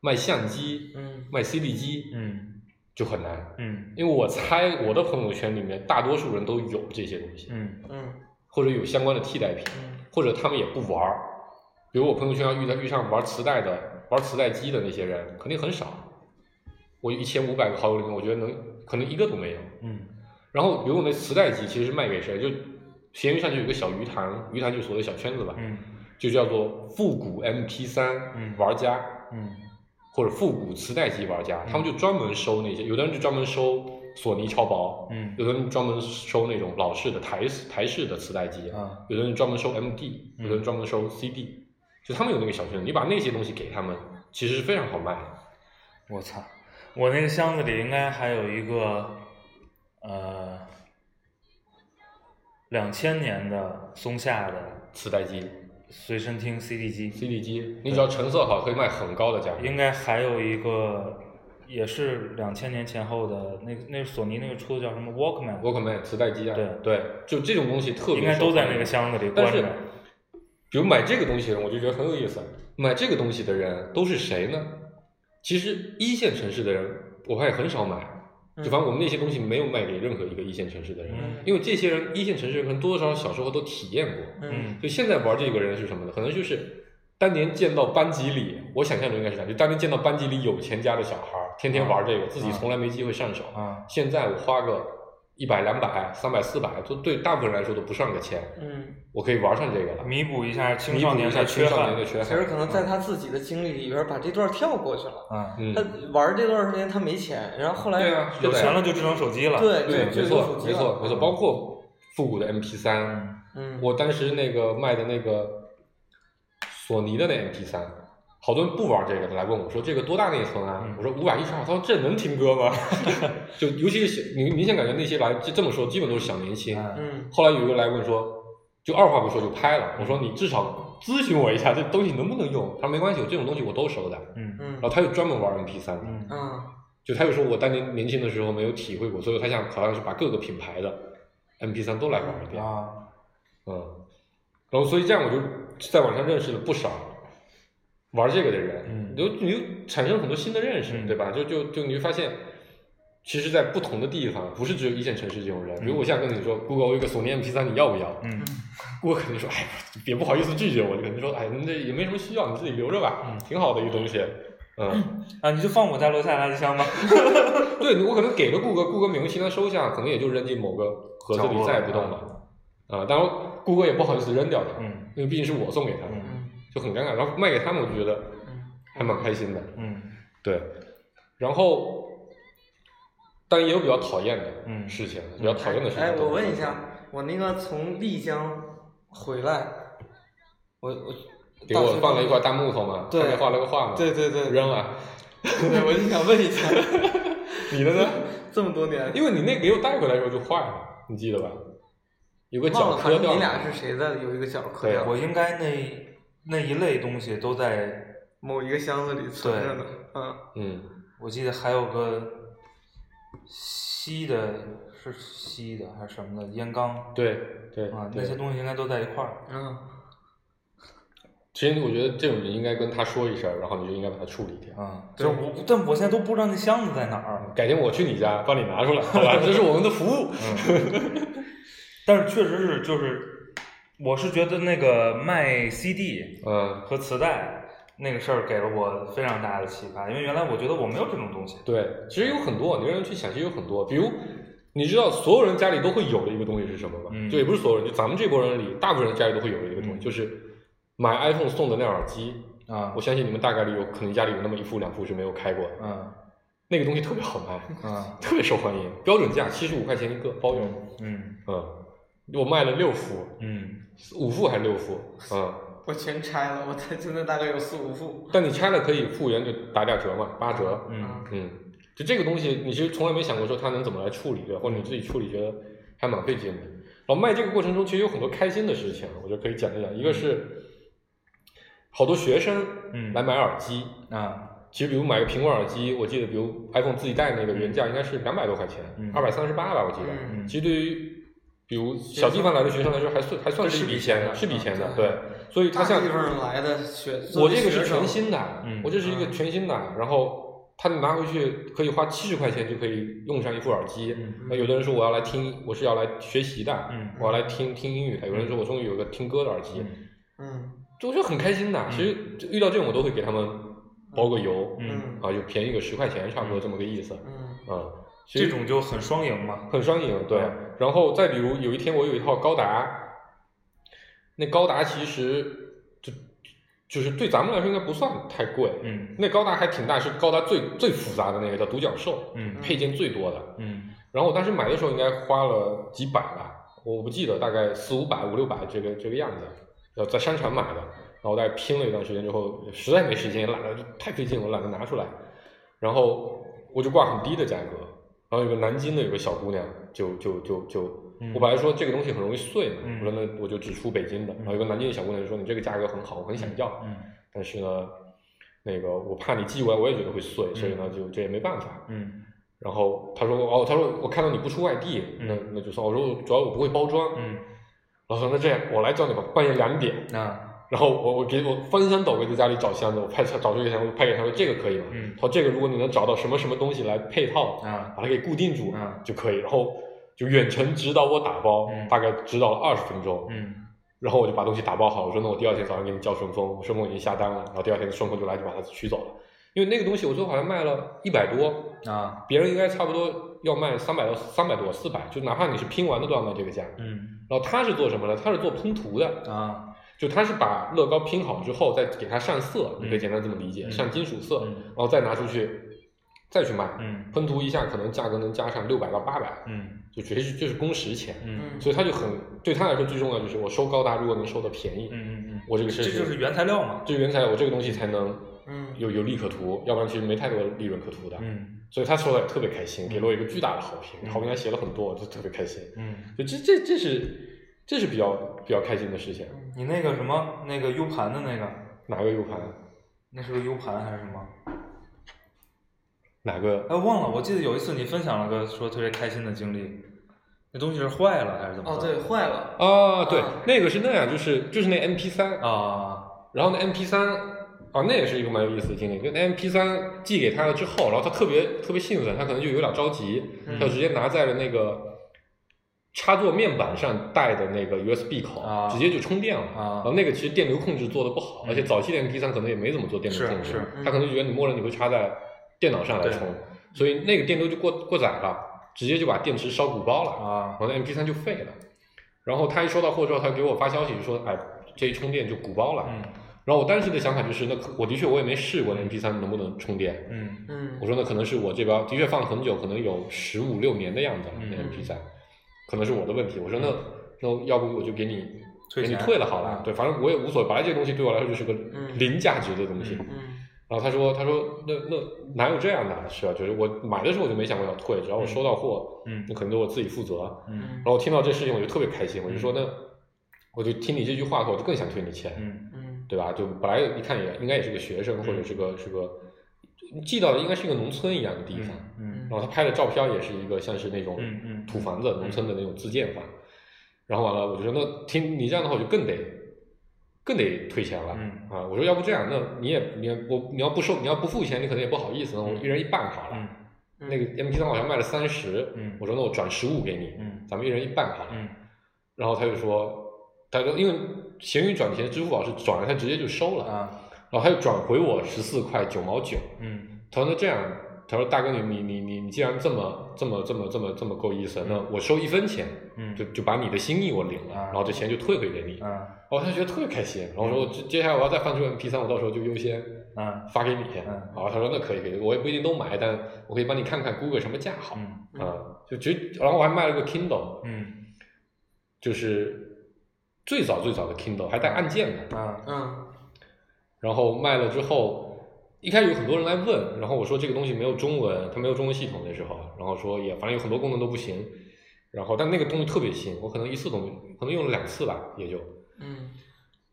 Speaker 5: 卖相机、
Speaker 6: 嗯
Speaker 5: 卖 CD 机，
Speaker 4: 嗯
Speaker 5: 就很难，
Speaker 4: 嗯
Speaker 5: 因为我猜我的朋友圈里面大多数人都有这些东西，
Speaker 4: 嗯
Speaker 6: 嗯
Speaker 5: 或者有相关的替代品，
Speaker 6: 嗯
Speaker 5: 或者他们也不玩儿。比如我朋友圈要遇到遇上玩磁带的、玩磁带机的那些人，肯定很少。我一千五百个好友里面，我觉得能可能一个都没有。
Speaker 4: 嗯
Speaker 5: 然后，比如我那磁带机其实是卖给谁？就闲鱼上就有个小鱼塘，鱼塘就是所谓小圈子吧，
Speaker 4: 嗯
Speaker 5: 就叫做复古 MP
Speaker 4: 嗯
Speaker 5: 3玩家、
Speaker 4: 嗯
Speaker 5: 或者复古磁带机玩家，他们就专门收那些，有的人就专门收索尼超薄，
Speaker 4: 嗯
Speaker 5: 有的人专门收那种老式的台式台式的磁带机，
Speaker 4: 啊
Speaker 5: 有的人专门收 MD，
Speaker 4: 嗯
Speaker 5: 有的人专门收 CD，、就他们有那个小圈子，你把那些东西给他们，其实是非常好卖的。
Speaker 4: 我操！我那个箱子里应该还有一个，呃，两千年的松下的
Speaker 5: 磁带机、
Speaker 4: 随身听 CD 机，
Speaker 5: CD 机，你只要成色好，可以卖很高的价格。
Speaker 4: 应该还有一个也是两千年前后的，那那索尼那个出的叫什么 Walkman，
Speaker 5: Walkman 磁带机啊，
Speaker 4: 对
Speaker 5: 就这种东西特别
Speaker 4: 应该都在那个
Speaker 5: 箱。
Speaker 4: 箱子里
Speaker 5: 但
Speaker 4: 关
Speaker 5: 是
Speaker 4: 着。，
Speaker 5: 比如买这个东西的人，我就觉得很有意思。买这个东西的人都是谁呢？其实一线城市的人，我发现很少买。
Speaker 6: 嗯
Speaker 5: 就反正我们那些东西没有卖给任何一个一线城市的人，
Speaker 4: 嗯
Speaker 5: 因为这些人一线城市人可能多多少少小时候都体验过。
Speaker 6: 嗯
Speaker 5: 就现在玩这个人是什么呢？可能就是当年见到班级里，我想象中应该是这样，就当年见到班级里有钱家的小孩儿，天天玩这个，自己从来没机会上手。
Speaker 4: 啊，
Speaker 5: 现在我花个一百、两百、三百、四百，都对大部分人来说都不算个钱，
Speaker 6: 嗯，
Speaker 5: 我可以玩上这个了。
Speaker 4: 弥补一下青
Speaker 5: 弥
Speaker 4: 少
Speaker 5: 补一
Speaker 4: 年
Speaker 5: 下
Speaker 4: 的
Speaker 5: 青
Speaker 4: 缺
Speaker 5: 少年
Speaker 4: 憾
Speaker 5: 的缺
Speaker 6: 其实
Speaker 5: 憾。
Speaker 6: 可能在他自己的经历里边儿把这段跳过去了。
Speaker 4: 啊，
Speaker 6: 他
Speaker 5: 嗯，
Speaker 6: 玩这段时间他没钱，然后后来
Speaker 5: 对啊，
Speaker 4: 有钱了
Speaker 5: 就
Speaker 4: 就智能手机了。
Speaker 6: 对
Speaker 5: 对，
Speaker 6: 就有
Speaker 5: 没错
Speaker 6: 手，机
Speaker 5: 没错，
Speaker 6: 了
Speaker 5: 没错，包括复古的 MP 三，
Speaker 6: 嗯，
Speaker 5: 我当时那个卖的那个索尼的那 MP 三。好多人不玩这个的来问我说：“这个多大内存啊？”
Speaker 4: 嗯
Speaker 5: 我说：“五百一十二。”他说：“这能听歌吗？” <laughs> 就尤其是小明明显感觉那些来就这么说，基本都是小年轻。
Speaker 4: 嗯
Speaker 6: 嗯
Speaker 5: 后来有一个来问说，就二话不说就拍了。我说
Speaker 4: 嗯
Speaker 5: 你至少咨询我一下，这东西能不能用？他说没关系，我这种东西我都收的。
Speaker 4: 嗯
Speaker 5: 然
Speaker 6: 嗯
Speaker 5: 后他又专门玩 MP 三，
Speaker 4: 嗯
Speaker 6: 嗯
Speaker 5: 就他又说我当年年轻的时候没有体会过，所以他想好像是把各个品牌的 MP 三都来玩一遍。
Speaker 4: 啊，
Speaker 5: 嗯，然后所以这样我就在网上认识了不少玩这个的人，
Speaker 4: 嗯
Speaker 5: 你就你就产生很多新的认识，
Speaker 4: 嗯
Speaker 5: 对吧？就就就你会发现，其实，在不同的地方，不是只有一线城市这种人。比如我现在跟你说，Google 有一个索尼 MP 3你要不要？
Speaker 4: 嗯
Speaker 5: 我肯定说，哎，也不好意思拒绝我，就肯定说，哎，那也没什么需要，你自己留着吧，
Speaker 4: 嗯
Speaker 5: 挺好的一个东西。嗯，
Speaker 4: 啊，你就放我家楼下垃圾箱吧。
Speaker 5: 对我可能给了谷歌，谷歌勉为其难收下，可能也就扔进某个 <laughs> 盒子
Speaker 4: 角落
Speaker 5: 里，再也不动了。
Speaker 6: 嗯
Speaker 5: 啊、当然谷歌也不好意思扔掉它，
Speaker 4: 嗯
Speaker 5: 因为毕竟是我送给他的，
Speaker 4: 嗯
Speaker 5: 就很尴尬。然后卖给他们，我就觉得
Speaker 6: 嗯
Speaker 5: 还蛮开心的。
Speaker 4: 嗯
Speaker 5: 对，然后，但也有比较讨厌的
Speaker 4: 嗯
Speaker 5: 事情，比较讨厌的事情。
Speaker 6: 哎，我问一，下，我那个从丽江回来，我我
Speaker 5: 给我放了一块，大木头嘛，
Speaker 6: 对
Speaker 5: 上面画了个画嘛，
Speaker 6: 大学对对对，
Speaker 5: 扔了。
Speaker 6: 对，我就想问一下，
Speaker 5: <laughs> 你的呢？
Speaker 6: 这么多年，
Speaker 5: 因为你那个又带回来的时候就坏了，你记得吧？有个
Speaker 6: 忘
Speaker 5: 角
Speaker 6: 了，
Speaker 5: 磕
Speaker 6: 反正
Speaker 5: 掉
Speaker 6: 你
Speaker 5: 了
Speaker 6: 俩。是谁的？有一个角磕
Speaker 5: 对
Speaker 6: 掉
Speaker 4: 嗯我，应该那那一类东西都在，
Speaker 6: 某一个箱子里存着呢。嗯
Speaker 5: 嗯，
Speaker 4: 我记得还有个吸的，是吸的还是什么的烟缸
Speaker 5: 对对
Speaker 4: 啊，那
Speaker 5: 对
Speaker 4: 些。东西应该都在一块儿。
Speaker 6: 嗯
Speaker 5: 其实我觉得这种人应该跟他说一声，然后你就应该把它处理掉。
Speaker 4: 啊，
Speaker 6: 对
Speaker 4: 就是我，但我现在都不知道那箱子在哪儿。
Speaker 5: 改天我去你家帮你拿出来，好吧？这是我们的服务。
Speaker 4: 嗯 <laughs> 但是确实是，就是我是觉得那个卖 CD
Speaker 5: 嗯，
Speaker 4: 和磁带那个事儿给了我非常大的启发，因为原来我觉得我没有这种东西。
Speaker 5: 对，其实有很多，你让人去想，其实有很多。比如，你知道所有人家里都会有的一个东西是什么吗？
Speaker 4: 嗯
Speaker 5: 就也不是所有人，就咱们这波人里，大部分人家里都会有的一个东西，
Speaker 4: 嗯
Speaker 5: 就是买 iPhone 送的那耳机。
Speaker 4: 啊
Speaker 5: 我相信你们大概率有可能家里有那么一副两副是没有开过的，
Speaker 4: 嗯
Speaker 5: 那个东西特别好卖。 <laughs>
Speaker 4: 嗯
Speaker 5: 特别受欢迎，标准价七十五块钱一个，包邮。
Speaker 4: 嗯
Speaker 5: 嗯，我卖了六副，
Speaker 4: 嗯
Speaker 5: 五副还是六副？嗯，
Speaker 6: 我全拆了，我在现在大概有四五副。啊
Speaker 5: 但你拆了可以复原，就打点折嘛，八折。
Speaker 4: 嗯
Speaker 5: 嗯，就这个东西，你其实从来没想过说它能怎么来处理，对吧，或者你自己处理觉得还蛮费劲的。然后卖这个过程中，其实有很多开心的事情，我觉得可以讲一讲。一个是好多学生
Speaker 4: 嗯
Speaker 5: 来买耳机，
Speaker 4: 啊，
Speaker 5: 其实比如买个苹果耳机，我记得比如 iPhone 自己带那个原价应该是两百多块钱
Speaker 4: 嗯，
Speaker 5: 二百三十八吧，我记得。
Speaker 4: 嗯
Speaker 5: 其实对于比如小地方来的学生来说，还算还算
Speaker 4: 这是
Speaker 5: 是一笔
Speaker 4: 笔钱啊
Speaker 5: 钱的，
Speaker 4: 的
Speaker 5: 是笔钱的
Speaker 6: 嗯，
Speaker 5: 对。所以它
Speaker 6: 大
Speaker 5: 像
Speaker 6: 地方来的学，
Speaker 5: 我
Speaker 6: 作为
Speaker 5: 这个是
Speaker 6: 学生
Speaker 5: 全新的，啊
Speaker 4: 嗯
Speaker 5: 我这是一个全新的，啊然后他拿回去可以花七十块钱就可以用上一副耳机。
Speaker 4: 嗯
Speaker 5: 那有的人说我要来听，我是要来学习的，
Speaker 4: 嗯
Speaker 5: 我要来听听英语的。有人说我终于有个听歌的耳机，
Speaker 4: 嗯
Speaker 6: 嗯
Speaker 5: 就我觉得很开心的。其实就遇到这种我都会给他们包个邮，
Speaker 4: 嗯，
Speaker 5: 啊，就便宜个十块钱，差不多这么个意思。
Speaker 6: 嗯
Speaker 5: 嗯，其
Speaker 4: 这
Speaker 5: 实
Speaker 4: 种就很双赢嘛。
Speaker 5: 很双赢，对。然后再比如有一天我有一套高达，那高达其实就就是对咱们来说应该不算太贵，
Speaker 4: 嗯
Speaker 5: 那高达还挺大，是高达最最复杂的那个叫独角兽，
Speaker 4: 嗯
Speaker 5: 配件最多的。
Speaker 4: 嗯
Speaker 5: 然后我当时买的时候应该花了几百吧，我不记得，大概四五百、五六百这个这个样子，呃，在商场买的。然后大概拼了一段时间之后，实在没时间，懒得太费劲，我懒得拿出来。然后我就挂很低的价格。然后有个南京的有个小姑娘，就就就就
Speaker 4: 嗯，
Speaker 5: 我本来说这个东西很容易碎嘛，
Speaker 4: 嗯
Speaker 5: 我说那我就只出北京的。然后有个南京的小姑娘就说你这个价格很好，我很想要。
Speaker 4: 嗯
Speaker 5: 但是呢，那个我怕你寄过来，我也觉得会碎，所以呢，就这也没办法。
Speaker 4: 嗯
Speaker 5: 然后他说哦，他说我看到你不出外地，
Speaker 4: 嗯
Speaker 5: 那那就算。我说主要我不会包装。
Speaker 4: 嗯，
Speaker 5: 然后说那这样，我来叫你吧，半夜两点。
Speaker 4: 那
Speaker 5: 然后我我给我翻箱倒柜在家里找箱子，我拍找这个箱子，我拍给他说这个可以吗？
Speaker 4: 嗯
Speaker 5: 他说这个如果你能找到什么什么东西来配套，
Speaker 4: 啊
Speaker 5: 把它给固定住
Speaker 4: 啊
Speaker 5: 就可以。然后就远程指导我打包，
Speaker 4: 嗯
Speaker 5: 大概指导了二十分钟。
Speaker 4: 嗯
Speaker 5: 然后我就把东西打包好，我说那我第二天早上给你叫顺丰，顺丰已经下单了，然后第二天顺丰就来就把它取走了。因为那个东西我最后好像卖了一百多，
Speaker 4: 啊
Speaker 5: 别人应该差不多要卖三百到三百多四百，就哪怕你是拼完的都要卖这个价。
Speaker 4: 嗯
Speaker 5: 然后他是做什么的？他是做喷涂的，
Speaker 4: 啊
Speaker 5: 就他是把乐高拼好之后再给它上色，你可以简单这么理解，
Speaker 4: 嗯
Speaker 5: 上金属色，
Speaker 4: 嗯
Speaker 5: 然后再拿出去再去卖。
Speaker 4: 嗯
Speaker 5: 喷涂一下可能价格能加上六百到八百，
Speaker 4: 嗯
Speaker 5: 就直接是就是工时钱。
Speaker 4: 嗯
Speaker 6: 嗯
Speaker 5: 所以他就很对他来说最重要就是我收高达如果能收的便宜，
Speaker 4: 嗯嗯，
Speaker 5: 我这个
Speaker 4: 这
Speaker 5: 事
Speaker 4: 就是原材料嘛。
Speaker 5: 这原材料，我这个东西才能
Speaker 6: 嗯
Speaker 5: 有有利可图，要不然其实没太多利润可图的。
Speaker 4: 嗯
Speaker 5: 所以他收了也特别开心，
Speaker 4: 嗯
Speaker 5: 给了我一个巨大的好评，
Speaker 4: 嗯
Speaker 5: 好评还写了很多，我就特别开心。
Speaker 4: 嗯，
Speaker 5: 就这这这是这是比较比较开心的事情。
Speaker 4: 你那个什么那个 U 盘的那个，
Speaker 5: 哪个 U 盘？
Speaker 4: 那是个 U 盘还是什么？
Speaker 5: 哪个？
Speaker 4: 哎，忘了，我记得有一次你分享了个说特别开心的经历，那东西是坏了还是怎么
Speaker 6: 哦
Speaker 4: 着？
Speaker 6: 对，坏了，
Speaker 5: 啊，对
Speaker 6: 啊，
Speaker 5: 那个是那样，就是就是那 MP 三，
Speaker 4: 啊，
Speaker 5: 然后那 MP 三啊，那也是一个蛮有意思的经历。就那 MP 三寄给他了之后，然后他特别特别兴奋，他可能就有点着急，
Speaker 4: 嗯
Speaker 5: 他就直接拿在了那个插座面板上带的那个 USB 口，
Speaker 4: 啊
Speaker 5: 直接就充电了。
Speaker 4: 啊
Speaker 5: 然后那个其实电流控制做的不好，
Speaker 4: 嗯
Speaker 5: 而且早期的 MP 三可能也没怎么做电流控制，
Speaker 4: 是是
Speaker 6: 嗯
Speaker 5: 他可能就觉得你默认你会插在电脑上来充，所以那个电流就过过载了，直接就把电池烧鼓包了。
Speaker 4: 啊
Speaker 5: 我的 MP 3就废了。然后他一收到货之后，他给我发消息就说：“哎，这一充电就鼓包了。
Speaker 4: 嗯
Speaker 5: 然后我当时的想法就是，那可我的确我也没试过那 MP 3能不能充电。
Speaker 4: 嗯
Speaker 6: 嗯
Speaker 5: 我说那可能是我这边的确放了很久，可能有十五六年的样子了，那
Speaker 4: 嗯
Speaker 5: MP 3可能是我的问题。我说那那要不我就给你
Speaker 4: 退
Speaker 5: 给你
Speaker 4: 钱
Speaker 5: 退了好了
Speaker 4: 嗯，
Speaker 5: 对，反正我也无所谓，本来这个东西对我来说就是个
Speaker 6: 嗯
Speaker 5: 零价值的东西。
Speaker 4: 嗯
Speaker 6: 嗯
Speaker 5: 然后他说他说那那哪有这样的是啊，就是我买的时候我就没想过要退，只要我收到货，
Speaker 4: 嗯
Speaker 5: 那可能都我自己负责。
Speaker 4: 嗯
Speaker 5: 然后我听到这事情，我就特别开心，我就说
Speaker 4: 嗯
Speaker 5: 那我就听你这句话的话，我就更想退你钱，
Speaker 4: 嗯
Speaker 6: 嗯
Speaker 5: 对吧？就本来一看也应该也是个学生，或者是个是个寄到的应该是一个农村一样的地方，
Speaker 4: 嗯
Speaker 5: 然后他拍的照片也是一个像是那种
Speaker 4: 嗯嗯
Speaker 5: 土房子、农村的那种自建房，然后完了我就说那听你这样的话，我就更得。更得退钱了、
Speaker 4: 嗯
Speaker 5: 啊！我说要不这样，那你也你也我你要不收你要不付钱，你可能也不好意思，那我一人一半好了。
Speaker 4: 嗯
Speaker 5: 那个 MP 三好像卖了三十、
Speaker 4: 嗯
Speaker 5: 我说那我转十五给你，
Speaker 4: 嗯
Speaker 5: 咱们一人一半好了。
Speaker 4: 嗯
Speaker 5: 然后他就说，他就因为闲鱼转钱，支付宝是转了，他直接就收了，
Speaker 4: 啊
Speaker 5: 然后他又转回我十四块九毛九。
Speaker 4: 嗯
Speaker 5: 他说那这样，他说大哥你你你你你既然这么这么这么这么这么够意思，那我收一分钱，
Speaker 4: 嗯
Speaker 5: 就就把你的心意我领了，
Speaker 4: 啊
Speaker 5: 然后这钱就退回给你。
Speaker 4: 啊嗯
Speaker 5: 然后他觉得特别开心，然后我说接接下来我要再翻出 MP 三，我到时候就优先
Speaker 4: 啊
Speaker 5: 发给你。
Speaker 4: 嗯
Speaker 5: 然后他说那可以可以，我也不一定都买，但我可以帮你看看估个什么价好。
Speaker 4: 嗯
Speaker 5: 啊、就觉，然后我还卖了个 Kindle，
Speaker 4: 嗯
Speaker 5: 就是最早最早的 Kindle，还带按键的。
Speaker 4: 啊
Speaker 6: 嗯
Speaker 5: 然后卖了之后，一开始有很多人来问，然后我说这个东西没有中文，它没有中文系统的时候，然后说也反正有很多功能都不行。然后但那个东西特别新，我可能一次都没，可能用了两次吧，也就，
Speaker 6: 嗯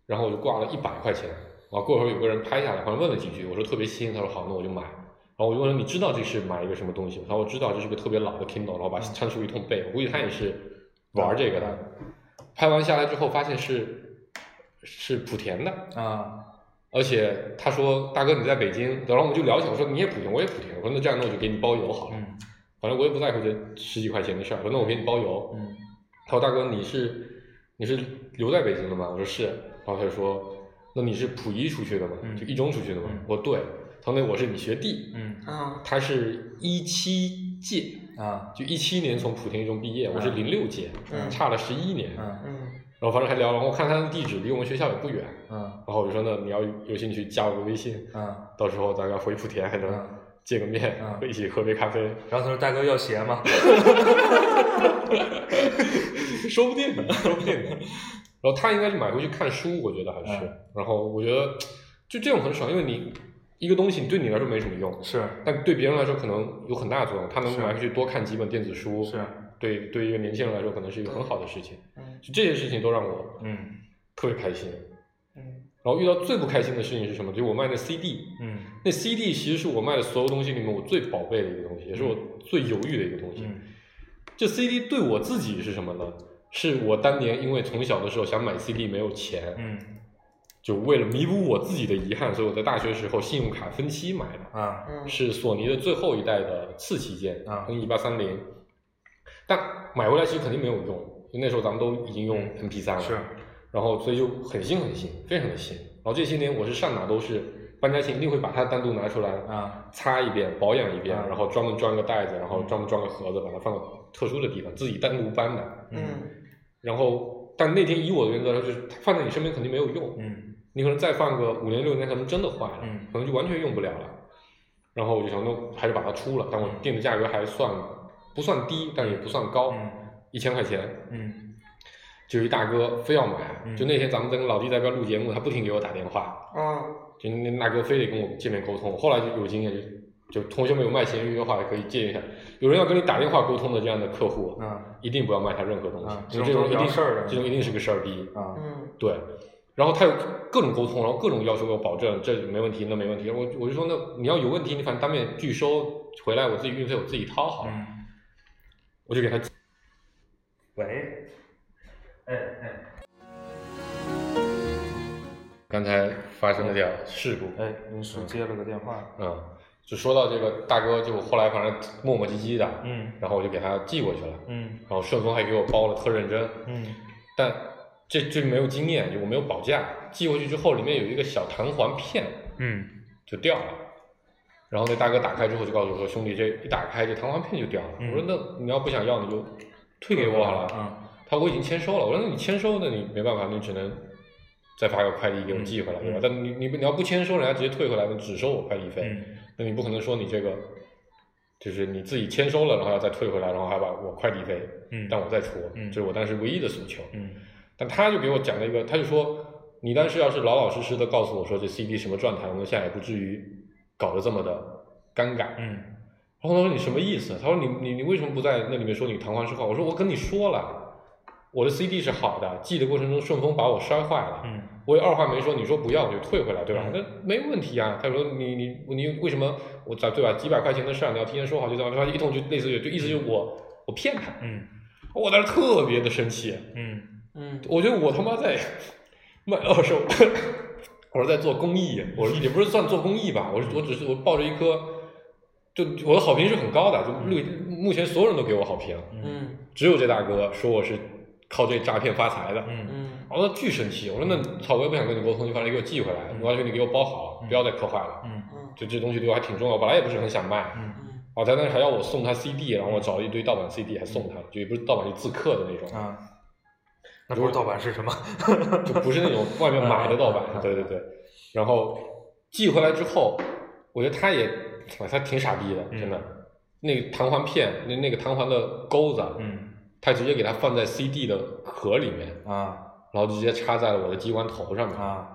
Speaker 5: 然后我就挂了一百块钱，啊，过一会儿有个人拍下来，好像问了几句，我说特别新，他说好，那我就买。然后我就问他，你知道这是买一个什么东西吗？然后我知道这是个特别老的 Kindle，然后把参数一通背，我估计他也是玩这个的。拍完下来之后发现是是莆田的，
Speaker 4: 啊，
Speaker 5: 而且他说大哥你在北京，然后我们就聊起来，我说你也莆田，我也莆田，我说那这样那我就给你包邮好了，
Speaker 4: 嗯
Speaker 5: 反正我也不在乎这十几块钱的事儿，我说那我给你包邮，
Speaker 4: 嗯
Speaker 5: 他说大哥你是你是留在北京的吗？我说是，然后他就说那你是普一出去的吗？
Speaker 4: 嗯
Speaker 5: 就一中出去的吗？
Speaker 4: 嗯
Speaker 5: 我说对，他说那我是你学弟，
Speaker 4: 嗯
Speaker 6: 啊
Speaker 5: 他是一七届，
Speaker 4: 啊
Speaker 5: 就一七年从莆田一中毕业，我是
Speaker 4: 嗯
Speaker 5: 零六届，
Speaker 6: 嗯
Speaker 5: 差了十一年，然
Speaker 4: 嗯
Speaker 6: 嗯
Speaker 5: 后反正还聊，然后我看他的地址离我们学校也不远，
Speaker 4: 嗯
Speaker 5: 然后我就说那你要有兴趣加我个微信。
Speaker 4: 嗯，
Speaker 5: 到时候咱俩回莆田还能
Speaker 4: 嗯
Speaker 5: 见个面，
Speaker 4: 嗯
Speaker 5: 一起喝杯咖啡，
Speaker 4: 然后他说大哥要鞋吗？
Speaker 5: 说不定呢，说不定呢。
Speaker 4: <laughs>
Speaker 5: 然后他应该是买回去看书，我觉得还是。
Speaker 4: 嗯
Speaker 5: 然后我觉得就这种很爽，因为你一个东西对你来说没什么用，
Speaker 4: 是
Speaker 5: 但对别人来说可能有很大的作用。他能
Speaker 4: 是
Speaker 5: 买回去多看几本电子书，
Speaker 4: 是，
Speaker 5: 对对一个年轻人来说可能是一个很好的事情。
Speaker 6: 嗯
Speaker 5: 就这些事情都让我
Speaker 4: 嗯
Speaker 5: 特别开心。
Speaker 6: 嗯
Speaker 5: 然后遇到最不开心的事情是什么？就是我卖的 CD，
Speaker 4: 嗯
Speaker 5: 那 CD 其实是我卖的所有东西里面我最宝贝的一个东西，也是我最犹豫的一个东西。
Speaker 4: 嗯
Speaker 5: 这 CD 对我自己是什么呢？是我当年因为从小的时候想买 CD 没有钱，
Speaker 4: 嗯
Speaker 5: 就为了弥补我自己的遗憾，所以我在大学时候信用卡分期买的，
Speaker 4: 啊
Speaker 6: 嗯
Speaker 5: 是索尼的最后一代的次旗舰
Speaker 4: 啊
Speaker 5: N 一八三零，但买回来其实肯定没有用，因为那时候咱们都已经用 MP 3
Speaker 4: 嗯
Speaker 5: 了，
Speaker 4: 是，
Speaker 5: 然后所以就很新很新，非常的新。然后这些年我是上哪都是搬家前一定会把它单独拿出来
Speaker 4: 啊
Speaker 5: 擦一遍，保养一遍，
Speaker 4: 啊嗯
Speaker 5: 然后专门装个袋子，然后专门装个盒子，把它放到特殊的地方，自己单独搬的。
Speaker 6: 嗯
Speaker 5: 然后，但那天以我的原则来说，就是它放在你身边肯定没有用，
Speaker 4: 嗯
Speaker 5: 你可能再放个五年六年，可能真的坏了，
Speaker 4: 嗯
Speaker 5: 可能就完全用不了了。然后我就想，那还是把它出了，但我定的价格还算不算低，但也不算高，
Speaker 4: 嗯
Speaker 5: 一千块钱。
Speaker 4: 嗯
Speaker 5: 就一大哥非要买，
Speaker 4: 嗯
Speaker 5: 就那天咱们在跟老弟在边录节目，他不停给我打电话，
Speaker 6: 啊
Speaker 5: 就那那哥非得跟我见面沟通，后来就有经验，就就同学们有卖闲鱼的话，可以借一下。有人要跟你打电话沟通的这样的客户，
Speaker 4: 啊
Speaker 5: 一定不要卖他任何东西
Speaker 4: 啊，
Speaker 5: 因为这种一
Speaker 4: 这种都是聊
Speaker 5: 定
Speaker 4: 事儿的
Speaker 5: 这种一定是个事儿逼。
Speaker 4: 啊
Speaker 6: 嗯
Speaker 5: 对，然后他有各种沟通，然后各种要求给我保证这没问题，那没问题。我我就说那你要有问题，你反正当面拒收回来，我自己运费我自己掏好了。
Speaker 4: 嗯，
Speaker 5: 我就给他
Speaker 4: 喂，哎哎
Speaker 5: 刚才发生了点事故，
Speaker 4: 哎，临时接了个电话，
Speaker 5: 嗯，就说到这个大哥，就后来反正磨磨唧唧的，
Speaker 4: 嗯
Speaker 5: 然后我就给他寄过去了。
Speaker 4: 嗯
Speaker 5: 然后顺丰还给我包了特认真，
Speaker 4: 嗯
Speaker 5: 但这这没有经验，就我没有保价，寄回去之后里面有一个小弹簧片
Speaker 4: 嗯
Speaker 5: 就掉了，然后那大哥打开之后就告诉我说兄弟这一打开这弹簧片就掉了，
Speaker 4: 嗯
Speaker 5: 我说那你要不想要你就退给我好了，
Speaker 4: 嗯
Speaker 5: 他说我已经签收了，我说那你签收那你没办法，你只能再发个快递给我寄回来，
Speaker 4: 嗯
Speaker 5: 对
Speaker 4: 嗯？
Speaker 5: 吧但你你你要不签收，人家直接退回来，你只收我快递费，
Speaker 4: 嗯
Speaker 5: 那你不可能说你这个就是你自己签收了，然后要再退回来，然后还把我快递费
Speaker 4: 嗯，
Speaker 5: 让我再出，
Speaker 4: 嗯
Speaker 5: 这是我当时唯一的诉求。
Speaker 4: 嗯
Speaker 5: 但他就给我讲了一个，他就说，你当时要是老老实实的告诉我说这 CD 什么状态，我们现在也不至于搞得这么的尴尬。
Speaker 4: 嗯
Speaker 5: 然后他说你什么意思？他说你你你为什么不在那里面说你弹簧是坏？我说我跟你说了，我的 CD 是好的，寄的过程中顺丰把我摔坏了，
Speaker 4: 嗯
Speaker 5: 我也二话没说，你说不要我就退回来，对吧？
Speaker 4: 嗯
Speaker 5: 那没问题啊。他说你你你为什么我咋对吧？几百块钱的事儿你要提前说好就这样，他一通就类似于就意思就是我我骗他，
Speaker 4: 嗯
Speaker 5: 我当时特别的生气。
Speaker 4: 嗯
Speaker 6: 嗯
Speaker 5: 我觉得我他妈在 <laughs> 卖二手， <laughs> 我是在做公益，我是也不是算做公益吧，我是我只是我抱着一颗，就我的好评是很高的，就目目前所有人都给我好评，
Speaker 6: 嗯
Speaker 5: 只有这大哥说我是靠这诈骗发财的，
Speaker 4: 嗯
Speaker 6: 嗯
Speaker 5: 然后他巨生气，我说那操，我也不想跟你沟通，你反正给我寄回来，
Speaker 4: 嗯
Speaker 5: 我要求你给我包好，
Speaker 4: 嗯
Speaker 5: 不要再破坏了，
Speaker 4: 嗯
Speaker 6: 嗯
Speaker 5: 就这东西对我还挺重要，本来也不是很想卖，
Speaker 4: 嗯
Speaker 5: 哦，他那还要我送他 CD，然后我找了一堆盗版 CD 还
Speaker 4: 嗯
Speaker 5: 送他，就也不是盗版，是自刻的那种。
Speaker 4: 啊，那不是盗版是什么？ <laughs>
Speaker 5: 就不是那种外面买的盗版
Speaker 4: 嗯。
Speaker 5: 对对对，然后寄回来之后，我觉得他也，他挺傻逼的，
Speaker 4: 嗯
Speaker 5: 真的。那个弹簧片，那那个弹簧的钩子啊，
Speaker 4: 嗯
Speaker 5: 他直接给它放在 CD 的壳里面，
Speaker 4: 啊
Speaker 5: 然后直接插在了我的机关头上面，
Speaker 4: 啊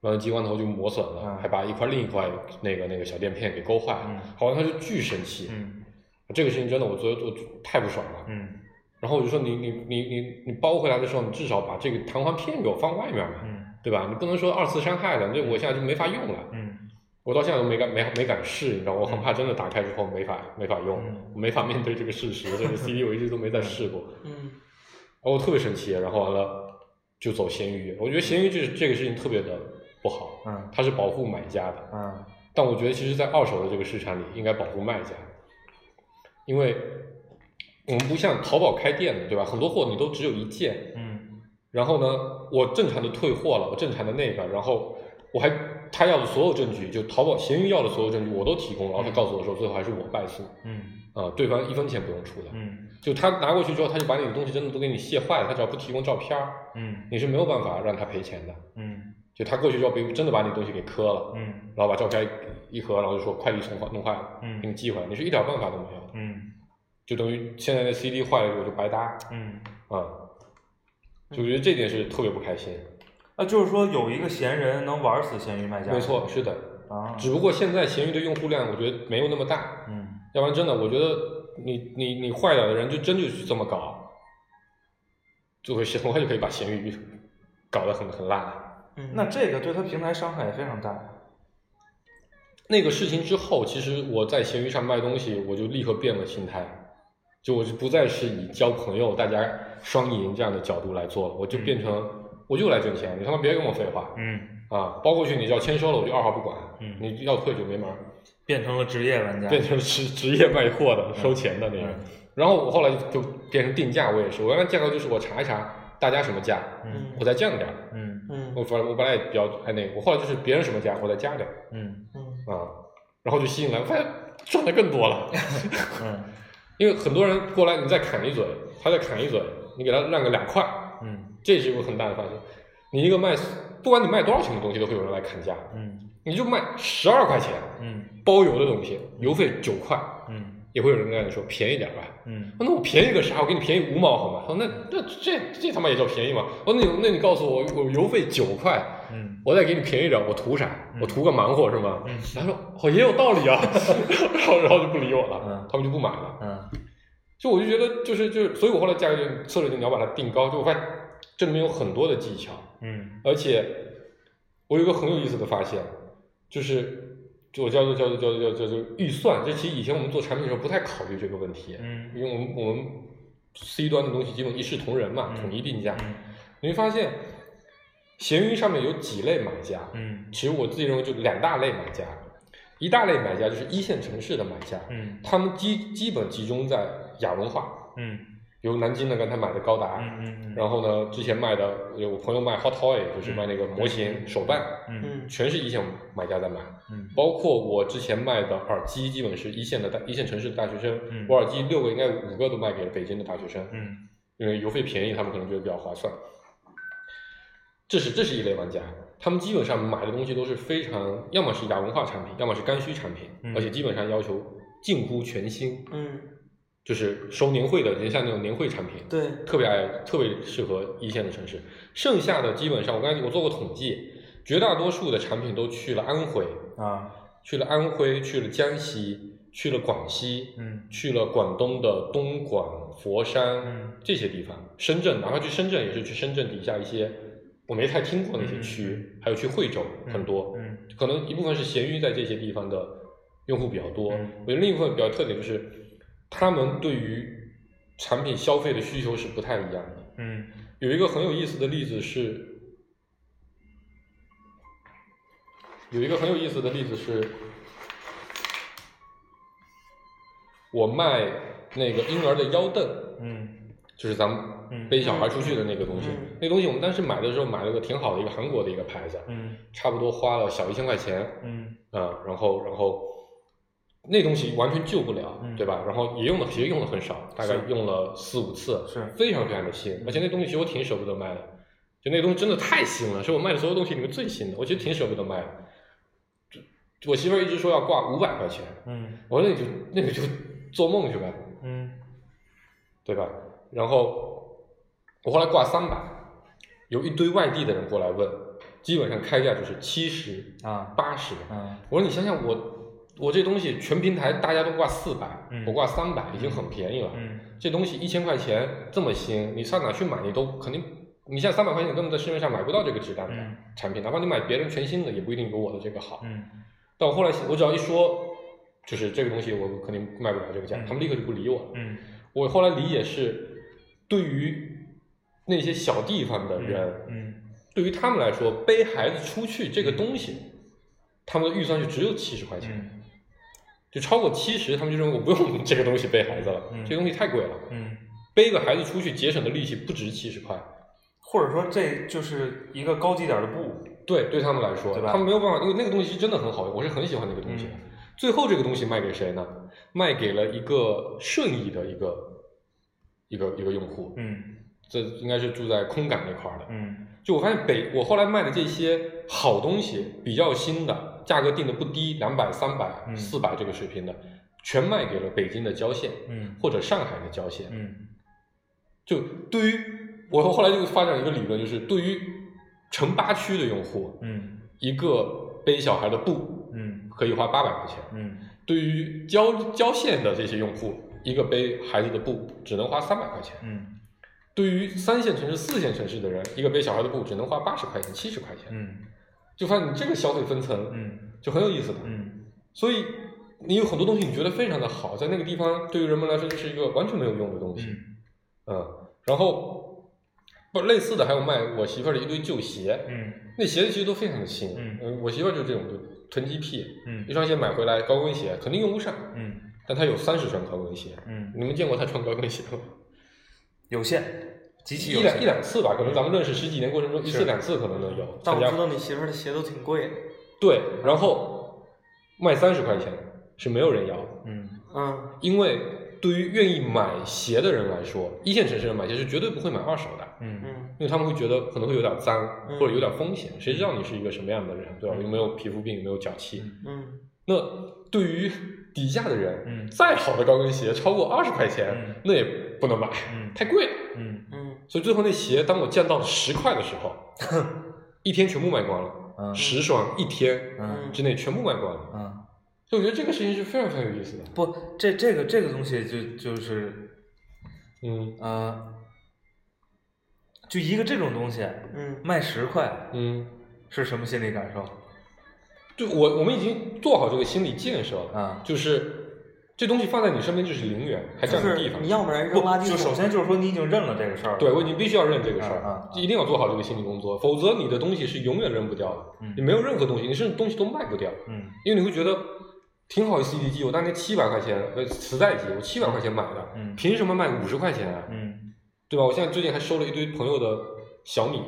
Speaker 5: 然后机关头就磨损了，
Speaker 4: 嗯
Speaker 5: 还把一块另一块那个那个小垫片给勾坏了
Speaker 4: 嗯。
Speaker 5: 好像他就巨生气，
Speaker 4: 嗯
Speaker 5: 这个事情真的我觉得我太不爽了。
Speaker 4: 嗯
Speaker 5: 然后我就说你你你你你包回来的时候，你至少把这个弹簧片给我放外面嘛，
Speaker 4: 嗯
Speaker 5: 对吧？你不能说二次伤害了，这我现在就没法用了。
Speaker 4: 嗯
Speaker 5: 我到现在都没敢没没敢试，你知道，我很怕真的打开之后没法没法用，
Speaker 4: 嗯
Speaker 5: 我没法面对这个事
Speaker 4: <laughs>
Speaker 5: 实。这个 CD 我一直都没再试过，
Speaker 6: 嗯
Speaker 5: 然后我特别生气，然后完了就走闲鱼。我觉得闲鱼这这个事情特别的不好，
Speaker 4: 嗯
Speaker 5: 它是保护买家的，
Speaker 4: 嗯
Speaker 5: 但我觉得其实，在二手的这个市场里，应该保护卖家，因为我们不像淘宝开店的，对吧？很多货你都只有一件，
Speaker 4: 嗯
Speaker 5: 然后呢，我正常的退货了，我正常的那个，然后我还他要的所有证据，就淘宝、闲鱼要的所有证据我都提供了，然后他告诉我说，最后还是我败诉，
Speaker 4: 嗯
Speaker 5: 啊、对方一分钱不用出的，
Speaker 4: 嗯
Speaker 5: 就他拿过去之后，他就把你的东西真的都给你卸坏了，他只要不提供照片儿，
Speaker 4: 嗯
Speaker 5: 你是没有办法让他赔钱的。
Speaker 4: 嗯
Speaker 5: 就他过去之后，比如真的把你东西给磕了，
Speaker 4: 嗯
Speaker 5: 然后把照片一合，然后就说快递送坏弄坏了，
Speaker 4: 嗯
Speaker 5: 给你寄回来，你是一点办法都没有的，
Speaker 4: 嗯
Speaker 5: 就等于现在的 CD 坏了我就白搭啊、
Speaker 4: 嗯，
Speaker 5: 就我觉得这点是特别不开心。
Speaker 4: 啊，就是说有一个闲人能玩死闲鱼卖家，
Speaker 5: 没错，是的，
Speaker 4: 啊，
Speaker 5: 只不过现在闲鱼的用户量我觉得没有那么大，
Speaker 4: 嗯
Speaker 5: 要不然真的我觉得你你你坏了的人就真就去这么搞，就会很快就可以把闲鱼 <laughs> 搞得很很烂。
Speaker 6: 嗯，
Speaker 4: 那这个对他平台伤害也非常大，
Speaker 5: 那个事情之后，其实我在闲鱼上卖东西，我就立刻变了心态，就我就不再是以交朋友、大家双赢这样的角度来做了，我就变成我就来挣钱，你他妈别跟我废话
Speaker 4: 嗯，
Speaker 5: 啊！包过去你只要签收了，我就二话不管，
Speaker 4: 嗯
Speaker 5: 你要退就没门儿，
Speaker 4: 变成了职业玩家，
Speaker 5: 变成职职业卖货的、收钱的那种。
Speaker 4: 嗯
Speaker 5: 然后我后来就变成定价，我也是，我原来价格就是我查一查大家什么价，
Speaker 4: 嗯
Speaker 5: 我再降点儿。
Speaker 4: 嗯
Speaker 6: 嗯
Speaker 5: 我反正我本来也比较爱那个，我后来就是别人什么价我再加点儿
Speaker 4: 嗯
Speaker 6: 嗯
Speaker 5: 啊，然后就吸引来，发现赚的更多了。
Speaker 4: 嗯
Speaker 5: 因为很多人过来，你再砍一嘴，他再砍一嘴，你给他让个两块，
Speaker 4: 嗯
Speaker 5: 这是一个很大的发现。你一个卖，不管你卖多少钱的东西，都会有人来砍价。
Speaker 4: 嗯
Speaker 5: 你就卖十二块钱
Speaker 4: 嗯
Speaker 5: 包邮的东西，邮费九块，
Speaker 4: 嗯
Speaker 5: 也会有人跟你说便宜点吧。
Speaker 4: 嗯
Speaker 5: 哦那我便宜个啥？我给你便宜五毛好吗？他说哦那那这这他妈也叫便宜吗？哦，那你那你告诉我，我邮费九块，
Speaker 4: 嗯
Speaker 5: 我再给你便宜点，我图啥？
Speaker 4: 嗯
Speaker 5: 我图个忙活是吗？
Speaker 4: 嗯
Speaker 5: 然后说哦也有道
Speaker 4: <laughs>
Speaker 5: 理啊，然后然后就不理我了，
Speaker 4: 嗯
Speaker 5: 他们就不买了。
Speaker 4: 嗯
Speaker 5: 就我就觉得就是就是，所以我后来价格就策略就你要把它定高，就我发现这里面有很多的技巧，
Speaker 4: 嗯
Speaker 5: 而且我有一个很有意思的发现，就是就我叫做叫做叫做叫做预算，这其实以前我们做产品的时候不太考虑这个问题。
Speaker 4: 嗯
Speaker 5: 因为我们我们 C 端的东西基本一视同仁嘛，
Speaker 4: 嗯
Speaker 5: 统一定价。你会发现，闲鱼上面有几类买家，
Speaker 4: 嗯
Speaker 5: 其实我自己认为就两大类买家，一大类买家就是一线城市的买家，
Speaker 4: 嗯
Speaker 5: 他们基基本集中在亚文化，
Speaker 4: 嗯
Speaker 5: 比如南京的刚才买的高达，
Speaker 4: 嗯
Speaker 5: 然后呢之前卖的有我朋友卖 Hot Toy，就是卖那个模型、手办，
Speaker 4: 嗯
Speaker 6: 嗯
Speaker 5: 全是一线买家在买。
Speaker 4: 嗯
Speaker 5: 包括我之前卖的耳机，基本是一线的大一线城市的大学生，
Speaker 4: 嗯
Speaker 5: 我耳机六个应该五个都卖给了北京的大学生，
Speaker 4: 嗯
Speaker 5: 因为邮费便宜，他们可能觉得比较划算。这是这是一类玩家，他们基本上买的东西都是非常，要么是亚文化产品，要么是刚需产品，
Speaker 4: 嗯
Speaker 5: 而且基本上要求近乎全新，
Speaker 6: 嗯，
Speaker 5: 就是收年会的，就像那种年会产品，
Speaker 6: 对，
Speaker 5: 特别爱，特别适合一线的城市。剩下的基本上，我刚才我做过统计，绝大多数的产品都去了安徽，
Speaker 4: 啊
Speaker 5: 去了安徽，去了江西，去了广西，
Speaker 4: 嗯
Speaker 5: 去了广东的东莞、佛山、
Speaker 4: 嗯
Speaker 5: 这些地方，深圳，哪怕去深圳也是去深圳底下一些我没太听过那些区，还有去惠州、
Speaker 4: 嗯
Speaker 5: 很多，
Speaker 4: 嗯
Speaker 5: 可能一部分是闲鱼在这些地方的用户比较多，
Speaker 4: 嗯
Speaker 5: 我觉得另一部分比较特点就是他们对于产品消费的需求是不太一样的。
Speaker 4: 嗯
Speaker 5: 有一个很有意思的例子是，有一个很有意思的例子是，我卖那个婴儿的腰凳，
Speaker 4: 嗯
Speaker 5: 就是咱们
Speaker 4: 嗯
Speaker 5: 背小孩出去的那个东西。
Speaker 6: 嗯
Speaker 5: 那东西我们当时买的时候买了个挺好的一个韩国的一个牌子，
Speaker 4: 嗯
Speaker 5: 差不多花了小一千块钱
Speaker 4: 嗯
Speaker 5: 啊、然后然后那东西完全救不了，
Speaker 4: 嗯
Speaker 5: 对吧？然后也用的其实用的很少，大概
Speaker 4: 是
Speaker 5: 用了四五次，
Speaker 4: 是
Speaker 5: 非常非常的新，而且那东西其实我挺舍不得卖的，就那东西真的太新了，是我卖的所有东西里面最新的，我其实挺舍不得卖的。就我媳妇儿一直说要挂五百块钱，
Speaker 4: 嗯
Speaker 5: 我说那你就那你就做梦去吧，
Speaker 4: 嗯
Speaker 5: 对吧？然后我后来挂三百，有一堆外地的人过来问，基本上开价就是七十
Speaker 4: 啊
Speaker 5: 八十。
Speaker 4: 嗯
Speaker 5: 我说你想想我，我这东西全平台大家都挂四百、
Speaker 4: 嗯
Speaker 5: 我挂三百，已经很便宜了。
Speaker 4: 嗯
Speaker 5: 这东西一千块钱这么新，你上哪去买？你都肯定，你像三百块钱，你根本在市面上买不到这个质量的
Speaker 4: 嗯
Speaker 5: 产品，哪怕你买别人全新的，也不一定有我的这个好。
Speaker 4: 嗯
Speaker 5: 但我后来我只要一说，就是这个东西我肯定卖不了这个价，
Speaker 4: 嗯
Speaker 5: 他们立刻就不理我了。
Speaker 4: 嗯
Speaker 5: 我后来理解是，对于那些小地方的人，
Speaker 4: 嗯
Speaker 5: 对于他们来说，背孩子出去这个东西，他们的预算就只有七十块钱，
Speaker 4: 嗯
Speaker 5: 就超过七十，他们就认为我不用这个东西背孩子了，
Speaker 4: 嗯
Speaker 5: 这个东西太贵了。
Speaker 4: 嗯，
Speaker 5: 背个孩子出去节省的力气不值七十块，
Speaker 4: 或者说这就是一个高级点儿的布，
Speaker 5: 对，对他们来说，
Speaker 4: 对吧嗯
Speaker 5: 他们没有办法，因为那个东西是真的很好用，我是很喜欢那个东西。最后这个东西卖给谁呢？卖给了一个顺义的一个一个一个用户，
Speaker 4: 嗯
Speaker 5: 这应该是住在空港那块儿的。
Speaker 4: 嗯
Speaker 5: 就我发现北，我后来卖的这些好东西，比较新的，价格定的不低，两百、三百、
Speaker 4: 嗯
Speaker 5: 四百这个水平的，全卖给了北京的郊县
Speaker 4: 嗯
Speaker 5: 或者上海的郊县。
Speaker 4: 嗯
Speaker 5: 就对于我后来就发展一个理论，就是对于城八区的用户，
Speaker 4: 嗯
Speaker 5: 一个背小孩的布
Speaker 4: 嗯
Speaker 5: 可以花八百块钱；
Speaker 4: 嗯
Speaker 5: 对于郊郊县的这些用户，一个背孩子的布只能花三百块钱；
Speaker 4: 嗯
Speaker 5: 对于三线城市、四线城市的人，一个背小孩的布只能花八十块钱、七十块钱。
Speaker 4: 嗯
Speaker 5: 就发现你这个消费分层
Speaker 4: 嗯
Speaker 5: 就很有意思的。
Speaker 4: 嗯
Speaker 5: 所以你有很多东西你觉得非常的好，在那个地方对于人们来说就是一个完全没有用的东西。
Speaker 4: 嗯
Speaker 5: 嗯，然后不类似的还有卖我媳妇儿的一堆旧鞋，
Speaker 4: 嗯
Speaker 5: 那鞋子其实都非常的新。
Speaker 4: 嗯
Speaker 5: 我媳妇儿就这种就囤积癖，一
Speaker 4: 嗯
Speaker 5: 双鞋买回来高跟鞋肯定用不上，
Speaker 4: 嗯
Speaker 5: 但她有三十双高跟鞋。
Speaker 4: 嗯，
Speaker 5: 你们见过她穿高跟鞋吗？
Speaker 4: 有限，极其
Speaker 5: 一
Speaker 4: 有
Speaker 5: 两
Speaker 4: 限，
Speaker 5: 一两次吧，可能咱们认识十几年过程中一
Speaker 4: 嗯是
Speaker 5: 次两次可能能有
Speaker 6: 但
Speaker 5: 参
Speaker 6: 我
Speaker 5: 加
Speaker 6: 知道你媳妇儿的鞋都挺贵的，
Speaker 5: 对，然后卖三十块钱是没有人要的，
Speaker 4: 嗯
Speaker 6: 嗯，
Speaker 5: 因为对于愿意买鞋的人来说，一线城市人买鞋是绝对不会买二手的，
Speaker 4: 嗯
Speaker 6: 嗯，
Speaker 5: 因为他们会觉得可能会有点脏
Speaker 6: 嗯
Speaker 5: 或者有点风险，谁知道你是一个什么样的人，对吧？
Speaker 4: 嗯
Speaker 5: 有没有皮肤病，有没有脚气？
Speaker 4: 嗯
Speaker 6: 嗯，
Speaker 5: 那对于底价的人，
Speaker 4: 嗯
Speaker 5: 再好的高跟鞋超过二十块
Speaker 4: 嗯
Speaker 5: 钱，那也不能买，
Speaker 4: 嗯
Speaker 5: 太贵了。
Speaker 4: 嗯
Speaker 6: 嗯，
Speaker 5: 所以最后那鞋，当我降到十块的时
Speaker 6: <laughs>
Speaker 5: 候，一天全部卖光了，
Speaker 4: 嗯
Speaker 5: 十双一天
Speaker 4: 嗯
Speaker 6: 嗯，
Speaker 5: 之内全部卖光了。
Speaker 4: 嗯。
Speaker 5: 所以我觉得这个事情是非常非常有意思的。
Speaker 4: 不，这这个这个东西就就是，
Speaker 5: 嗯
Speaker 4: 呃，就一个这种东西
Speaker 6: 嗯，
Speaker 4: 卖十块
Speaker 5: 嗯，
Speaker 4: 是什么心理感受？
Speaker 5: 对我我们已经做好这个心理建设
Speaker 6: 嗯
Speaker 5: 了，
Speaker 4: 啊，
Speaker 5: 就是这东西放在你身边就是零元，还
Speaker 6: 就
Speaker 5: 占你地
Speaker 6: 是
Speaker 5: 方
Speaker 6: 你。要不然
Speaker 4: 不
Speaker 6: 扔垃圾桶，
Speaker 4: 就首先就是说你已经认了这个事儿了。
Speaker 5: 对，我你必须要认这个事儿，
Speaker 4: 啊啊啊
Speaker 5: 一定要做好这个心理工作，否则你的东西是永远扔不掉的。
Speaker 4: 嗯
Speaker 5: 你没有任何东西，你甚至东西都卖不掉，
Speaker 4: 嗯
Speaker 5: 因为你会觉得挺好的 CD 机，我当年七百块钱，呃，磁带机我七百块钱买的，
Speaker 4: 嗯
Speaker 5: 凭什么卖五十块钱啊？
Speaker 4: 嗯
Speaker 5: 对吧？我现在最近还收了一堆朋友的小米，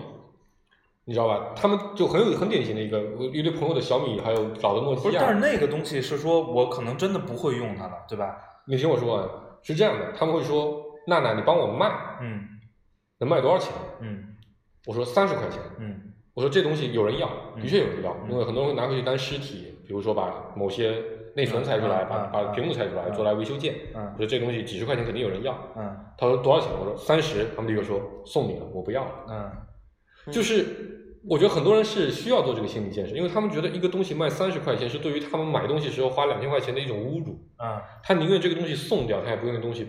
Speaker 5: 你知道吧？他们就很有很典型的一个一堆朋友的小米，还有老的诺基
Speaker 4: 不
Speaker 5: 亚。
Speaker 4: 是，但是那个东西是说我可能真的不会用它了，对吧？
Speaker 5: 你听我说完，是这样的，他们会说：“娜娜，你帮我卖，
Speaker 4: 嗯
Speaker 5: 能卖多少钱
Speaker 4: 嗯？”
Speaker 5: 我说：“三十块钱。
Speaker 4: 嗯”
Speaker 5: 我说：“这东西有人要，
Speaker 4: 嗯
Speaker 5: 的确有人要，
Speaker 4: 嗯
Speaker 5: 因为很多人会拿回去当尸体，比如说把某些内存拆出来，
Speaker 4: 嗯
Speaker 5: 把
Speaker 4: 嗯嗯
Speaker 5: 把屏幕拆出来，
Speaker 4: 嗯
Speaker 5: 做来维修件。”我
Speaker 4: 嗯
Speaker 5: 说：“这东西几十块钱肯定有人要。
Speaker 4: 嗯”
Speaker 5: 他说：“多少钱？”我说：“三十。”他们立刻说：“送你了，我不要了。
Speaker 4: 嗯，”
Speaker 5: 就是我觉得很多人是需要做这个心理建设，因为他们觉得一个东西卖三十块钱是对于他们买东西时候花两千块钱的一种侮辱，
Speaker 4: 嗯
Speaker 5: 他宁愿这个东西送掉，他也不愿意东西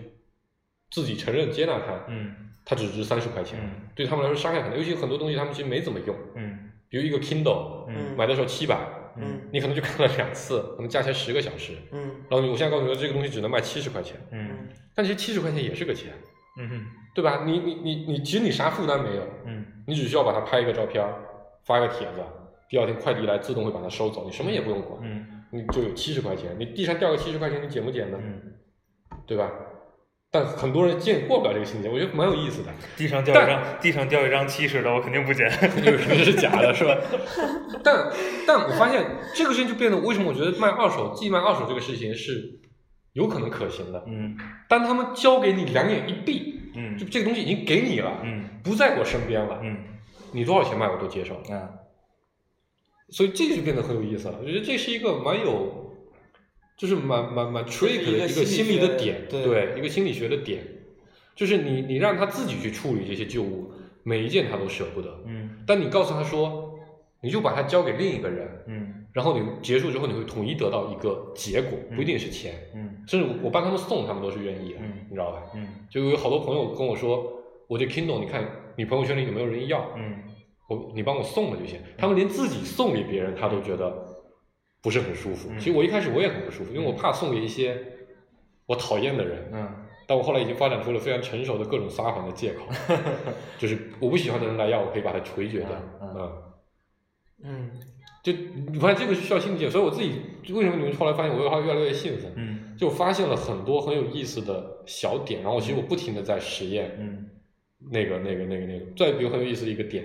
Speaker 5: 自己承认接纳它。
Speaker 4: 嗯
Speaker 5: 它只值三十块钱，
Speaker 4: 嗯
Speaker 5: 对他们来说伤害很大。尤其很多东西他们其实没怎么用，
Speaker 4: 嗯
Speaker 5: 比如一个 Kindle，
Speaker 4: 嗯
Speaker 5: 买的时候七百，
Speaker 4: 嗯
Speaker 6: 嗯，
Speaker 5: 你可能就看了两次，可能加起来十个小时。
Speaker 6: 嗯，
Speaker 5: 然后我现在告诉你说，这个东西只能卖七十块钱，
Speaker 4: 嗯
Speaker 6: 嗯，
Speaker 5: 但其实七十块钱也是个钱，
Speaker 4: 嗯
Speaker 5: 对吧？你你你你，其实你啥负担没有，
Speaker 4: 嗯
Speaker 5: 你只需要把它拍一个照片儿，发一个帖子，第二天快递来自动会把它收走，你什么也不用管，
Speaker 4: 嗯
Speaker 5: 你就有七十块钱。你地上掉个七十块钱，你捡不捡呢？
Speaker 4: 嗯，
Speaker 5: 对吧？但很多人见过不了这个心情，我觉得蛮有意思的。
Speaker 4: 地上掉一张地上掉一张七十的，我肯定不捡。
Speaker 5: <laughs> 有可能是假的，是吧？ <laughs> 但但我发现这个事情就变得，为什么我觉得卖二手寄卖二手这个事情是有可能可行的？
Speaker 4: 嗯
Speaker 5: 当他们交给你两眼一闭，
Speaker 4: 嗯
Speaker 5: 就这个东西已经给你了，
Speaker 4: 嗯
Speaker 5: 不在我身边了，
Speaker 4: 嗯
Speaker 5: 你多少钱卖我都接受。
Speaker 4: 嗯。
Speaker 5: 所以这就变得很有意思了。我觉得这是一个蛮有，就是蛮蛮蛮 trick 的一
Speaker 6: 一
Speaker 5: 个
Speaker 6: 个
Speaker 5: 心
Speaker 6: 心理
Speaker 5: 理的
Speaker 6: 学
Speaker 5: 点，
Speaker 6: 对
Speaker 5: 一个心理学的点，就是你你让他自己去处理这些旧物，每一件他都舍不得，
Speaker 4: 嗯
Speaker 5: 但你告诉他说，你就把它交给另一个人，
Speaker 4: 嗯
Speaker 5: 然后你结束之后，你会统一得到一个结果，不一定是钱，
Speaker 4: 嗯
Speaker 5: 甚至我我帮他们送，他们都是愿意的，啊
Speaker 4: 嗯
Speaker 5: 你知道吧？
Speaker 4: 嗯
Speaker 5: 就有好多朋友跟我说，我这 Kindle，你看你朋友圈里有没有人要？
Speaker 4: 嗯
Speaker 5: 我你帮我送了就行。他们连自己送给别人，他都觉得不是很舒服。
Speaker 4: 嗯
Speaker 5: 其实我一开始我也很不舒服，因为我怕送给一些我讨厌的人。
Speaker 4: 嗯
Speaker 5: 但我后来已经发展出了非常成熟的各种撒谎的
Speaker 4: <laughs>
Speaker 5: 借口，就是我不喜欢的人来要，我可以把它回绝掉。
Speaker 4: 嗯
Speaker 5: 嗯，
Speaker 6: 嗯，
Speaker 5: 就你发现这个是需要心理建设，所以我自己为什么你们后来发现我越来越信奉，
Speaker 4: 嗯
Speaker 5: 就发现了很多很有意思的小点，然后其实我不停的在实验，
Speaker 4: 嗯
Speaker 5: 那个那个那个那个。再比如很有意思的一个点，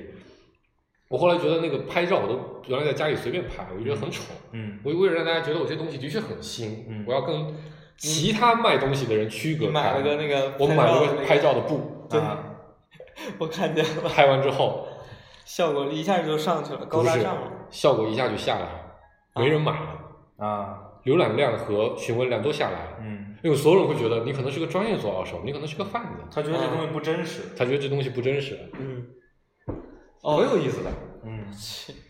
Speaker 5: 我后来觉得那个拍照我都原来在家里随便拍，我就觉得很丑。
Speaker 4: 嗯
Speaker 5: 我为了让大家觉得我这东西的确很新，
Speaker 4: 嗯
Speaker 5: 我要跟其他卖东西的人区
Speaker 6: 你
Speaker 5: 隔
Speaker 6: 买
Speaker 5: 开。
Speaker 6: 了个那个，
Speaker 5: 我买了个拍，照的布，
Speaker 6: 对
Speaker 4: 啊
Speaker 6: <laughs> 我看见了，
Speaker 5: 拍完之后
Speaker 6: 效果一下就上去了，高
Speaker 5: 不
Speaker 6: 大
Speaker 5: 是
Speaker 6: 上了。
Speaker 5: 效果一下就下来了，没人买了，
Speaker 4: 啊
Speaker 5: 浏览量和询问量都下来了，
Speaker 4: 嗯，
Speaker 5: 因为所有人会觉得你可能是个专业左二手，你可能是个贩子，
Speaker 4: 他觉得这东西不真实，
Speaker 5: 他觉得这东西不真实，
Speaker 6: 嗯， <laughs>
Speaker 5: 很
Speaker 6: 哦，
Speaker 5: 有意思的。
Speaker 4: 嗯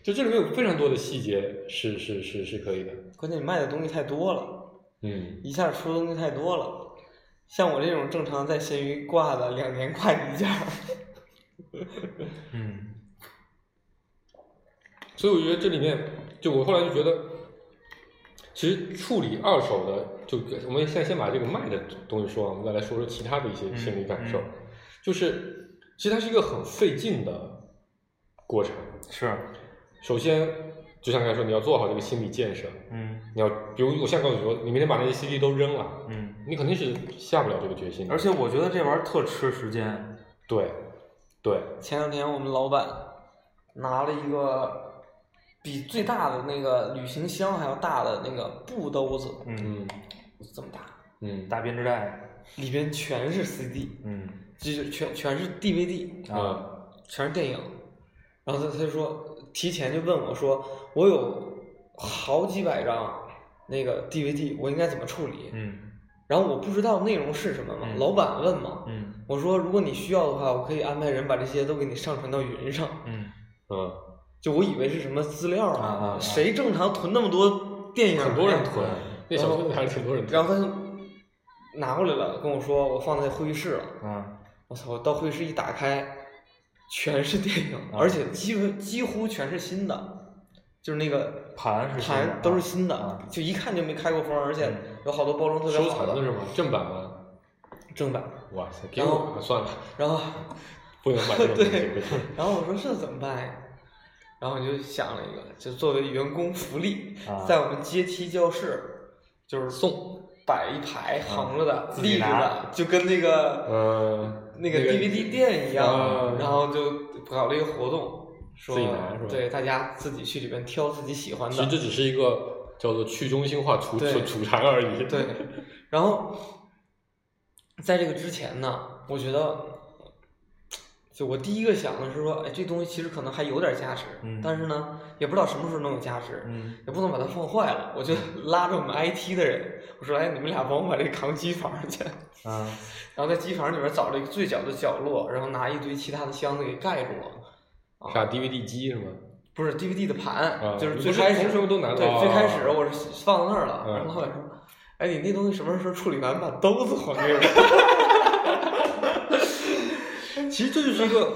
Speaker 5: 就这里面有非常多的细节是是是是可以的，
Speaker 6: 关键你卖的东西太多了，
Speaker 5: 嗯。
Speaker 6: 一下出的东西太多了。像我这种正常在闲鱼挂的，两年挂一件儿， <laughs>
Speaker 4: 嗯
Speaker 5: 所以我觉得这里面，就我后来就觉得，其实处理二手的，就我们现在先把这个卖的东西说完，我们再来说说其他的一些心理感受。
Speaker 4: 嗯嗯
Speaker 5: 就是其实它是一个很费劲的过程。
Speaker 4: 是
Speaker 5: 首先，就像刚才说，你要做好这个心理建设，
Speaker 4: 嗯
Speaker 5: 你要，比如我现在告诉你说，你明天把那些 CD 都扔了，
Speaker 4: 嗯，
Speaker 5: 你肯定是下不了这个决心的。
Speaker 4: 而且我觉得这玩意儿特吃时间，
Speaker 5: 对，对，
Speaker 6: 前两天我们老板拿了一个比最大的那个旅行箱还要大的那个布兜子，
Speaker 4: 嗯，
Speaker 5: 嗯
Speaker 6: 这么大，
Speaker 5: 嗯
Speaker 4: 大编织袋，
Speaker 6: 里边全是 CD，
Speaker 4: 嗯
Speaker 6: 这就全全是 DVD，
Speaker 5: 啊
Speaker 6: 全是电影。然后他他就说提前就问我说，我有好几百张那个 DVD，我应该怎么处理？
Speaker 4: 嗯
Speaker 6: 然后我不知道内容是什么嘛，
Speaker 4: 嗯
Speaker 6: 老板问嘛，
Speaker 4: 嗯
Speaker 6: 我说如果你需要的话，我可以安排人把这些都给你上传到云上。
Speaker 4: 嗯
Speaker 5: 嗯，
Speaker 6: 就我以为是什么资料
Speaker 4: 啊啊啊
Speaker 6: 谁正常囤那么多电影？
Speaker 5: 很多人囤。，那小
Speaker 6: 然
Speaker 5: 村
Speaker 6: 后
Speaker 5: 子还是挺多人囤。
Speaker 6: 然后他就拿过来了，跟我说我放在会议室了。
Speaker 4: 啊
Speaker 6: 我操！我到会议室一打开，全是电影，
Speaker 4: 啊
Speaker 6: 而且几乎几乎全是新的，就是那个
Speaker 4: 盘是新的
Speaker 6: 盘都是新的，
Speaker 4: 啊嗯
Speaker 6: 就一看就没开过封，而且有好多包装特别
Speaker 5: 收
Speaker 6: 好
Speaker 5: 藏的是吗？正版吗？
Speaker 6: 正版。
Speaker 5: 哇塞，给
Speaker 6: 然
Speaker 5: 我
Speaker 6: 后
Speaker 5: 吧算了，
Speaker 6: 然后，
Speaker 5: 不能买这种东西
Speaker 6: 对
Speaker 5: 不行。
Speaker 6: 然后我说这怎么办呀？然后我就想了一个，就作为员工福利，
Speaker 4: 啊
Speaker 6: 在我们阶梯教室，就是
Speaker 5: 送，
Speaker 6: 摆一
Speaker 5: 啊
Speaker 6: 排横着的、
Speaker 4: 自己
Speaker 6: 立着
Speaker 4: 拿
Speaker 6: 的，就跟那个
Speaker 5: 呃，
Speaker 6: 那个 DVD 店一样，
Speaker 5: 啊
Speaker 6: 然后就搞了一个活动，说
Speaker 5: 自己拿是吧
Speaker 6: 对大家自己去里面挑自己喜欢
Speaker 5: 其实
Speaker 6: 的，
Speaker 5: 这只是一个叫做去中心化储
Speaker 6: 对
Speaker 5: 储储藏而已。
Speaker 6: 对，。然后在这个之前呢，我觉得，就我第一个想的是说，哎，这东西其实可能还有点价值，
Speaker 4: 嗯
Speaker 6: 但是呢，也不知道什么时候能有价值，
Speaker 4: 嗯
Speaker 6: 也不能把它放坏了。我就拉着我们 IT 的人，我说，哎，你们俩帮我把这个扛机房去。 <laughs>
Speaker 4: 啊
Speaker 6: 然后在机房里面找了一个最角的角落，然后拿一堆其他的箱子给盖住了。
Speaker 5: 啥 DVD 机是啊吗？
Speaker 6: 不是 DVD 的盘，
Speaker 5: 啊
Speaker 6: 就是
Speaker 5: 你
Speaker 6: 最
Speaker 5: 不是
Speaker 6: 开始
Speaker 5: 同时都拿到
Speaker 6: 对，
Speaker 5: 啊
Speaker 6: 最开始我是放到那儿了，
Speaker 5: 嗯
Speaker 6: 然后老板说：“哎，你那东西什么时候处理完，把兜子还给我。 <laughs>
Speaker 5: 哎其实这就是一个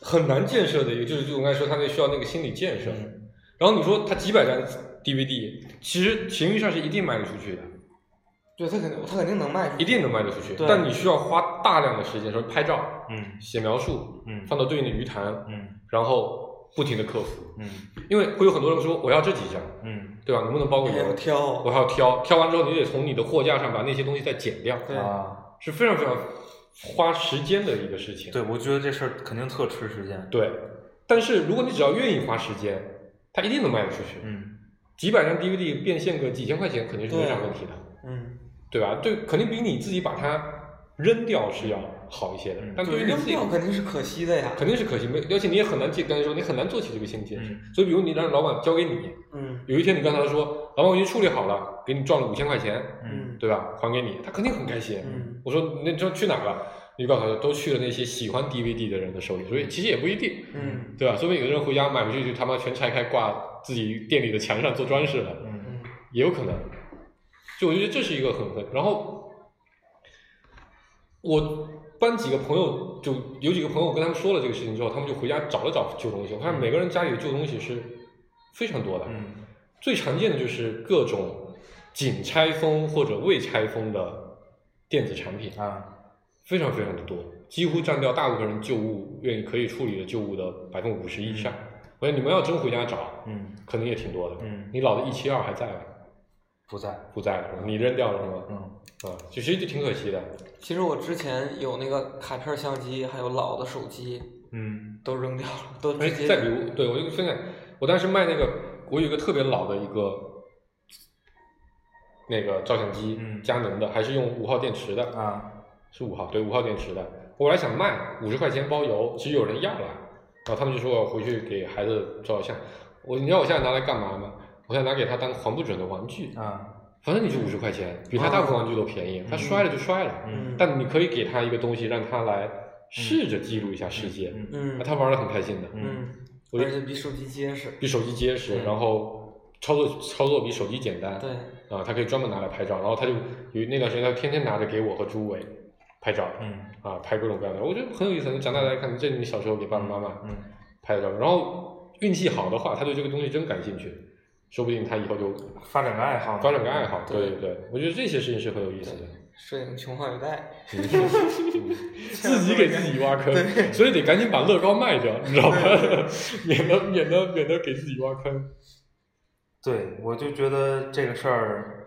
Speaker 5: 很难建设的一个，就是就我刚才说，它那需要那个心理建设。然后你说它几百张 DVD，其实闲鱼上是一定卖得出去的，
Speaker 6: 对他肯定，他肯定能卖出去，
Speaker 5: 一定能卖得出去。
Speaker 6: 对
Speaker 5: 但你需要花大量的时间，说拍照、
Speaker 4: 嗯
Speaker 5: 写描述，
Speaker 4: 嗯
Speaker 5: 放到对应的鱼塘，
Speaker 4: 嗯
Speaker 5: 然后不停的克服。
Speaker 4: 嗯
Speaker 5: 因为会有很多人说我要这几张，
Speaker 4: 嗯
Speaker 5: 对吧？能不能包个
Speaker 6: 哎
Speaker 5: 邮
Speaker 6: 我？挑
Speaker 5: 我还要挑，挑完之后你得从你的货架上把那些东西再剪掉，
Speaker 6: 对
Speaker 4: 啊，
Speaker 5: 是非常非常花时间的一个事情。
Speaker 4: 对，我觉得这事儿肯定特吃时间，
Speaker 5: 对但是如果你只要愿意花时间，它一定能卖得出去。
Speaker 4: 嗯
Speaker 5: 几百张 DVD 变现个几千块钱肯定是没啥问题的，
Speaker 6: 嗯，
Speaker 5: 对吧？对，肯定比你自己把它扔掉是要好一些的。
Speaker 4: 嗯
Speaker 5: 但对于你
Speaker 6: 扔
Speaker 5: 自己，
Speaker 6: 掉肯定是可惜的呀，
Speaker 5: 肯定是可行，没，而且你也很难建，刚才说你很难做起这个心理建设。
Speaker 4: 嗯
Speaker 5: 所以，比如你让老板交给你，
Speaker 6: 嗯
Speaker 5: 有一天你跟他说，老板我已经处理好了，给你赚了五千块钱，
Speaker 4: 嗯
Speaker 5: 对吧？还给你，他肯定很开心。
Speaker 6: 嗯
Speaker 5: 我说那你这去哪儿了？预告条都去了那些喜欢 DVD 的人的手里，所以其实也不一定，
Speaker 6: 嗯
Speaker 5: 对吧？说不定有的人回家买回去就他妈全拆开挂自己店里的墙上做装饰了，
Speaker 4: 嗯
Speaker 6: 嗯
Speaker 5: 也有可能。就我觉得这是一个很很，然后我班几个朋友就有几个朋友我跟他们说了这个事情之后，他们就回家找了找旧东西，我发现每个人家里的旧东西是非常多的，
Speaker 4: 嗯
Speaker 5: 最常见的就是各种仅拆封或者未拆封的电子产品，
Speaker 4: 啊，
Speaker 5: 非常非常的多，几乎占掉大部分人旧物愿意可以处理的旧物的百分之五十以上。我觉得你们要真回家找，
Speaker 4: 嗯
Speaker 5: 可能也挺多的。
Speaker 4: 嗯，
Speaker 5: 你老的一七二还在吗？
Speaker 4: 不在，
Speaker 5: 不在了，你扔掉了是吗？
Speaker 4: 嗯
Speaker 5: 啊，其实就挺可惜的。
Speaker 6: 其实我之前有那个卡片相机，还有老的手机
Speaker 4: 嗯
Speaker 6: 都扔掉了，都
Speaker 5: 哎
Speaker 6: 直，接。
Speaker 5: 再比如，对我就分享，我当时卖那个，我有一个特别老的一个那个照相机，
Speaker 4: 嗯
Speaker 5: 佳能的，还是用五号电池的，
Speaker 4: 啊，
Speaker 5: 是五号，对，五号电池的。我本来想卖五十块钱包邮，其实有人要了，然后他们就说我回去给孩子照相。我你知道我现在拿来干嘛吗？我现在拿给他当黄不准的玩具，
Speaker 4: 啊，哦
Speaker 5: 反正你就五十块钱，比他大部分玩具都便宜。他摔了就摔了，
Speaker 6: 嗯，
Speaker 5: 但你可以给他一个东西，让他来试着记录一下世界，
Speaker 4: 嗯
Speaker 6: 嗯
Speaker 5: 啊他玩的很开心的，
Speaker 6: 嗯，
Speaker 5: 我就
Speaker 6: 而且比手机结实。
Speaker 5: 比手机结实，
Speaker 6: 嗯
Speaker 5: 然后操作操作比手机简单。
Speaker 6: 对，
Speaker 5: 啊，他可以专门拿来拍照，然后他就有那段时间，他天天拿着给我和朱伟拍照，
Speaker 4: 嗯
Speaker 5: 啊，拍各种各样的，我觉得很有意思。你长大来看，这是你小时候给爸爸妈妈
Speaker 4: 嗯
Speaker 5: 拍的照片，然后运气好的话，他对这个东西真感兴趣，说不定他以后就
Speaker 4: 发展个爱好，
Speaker 5: 发展个爱好。对
Speaker 6: 对
Speaker 5: 对对，我觉得这些事情是很有意思的，
Speaker 6: 摄影穷坏一
Speaker 5: <laughs>
Speaker 6: 代。
Speaker 5: 自己给自己挖坑，所以得赶紧把乐高卖掉，你知道吗？免得免得免得给自己挖坑。
Speaker 4: 对，我就觉得这个事儿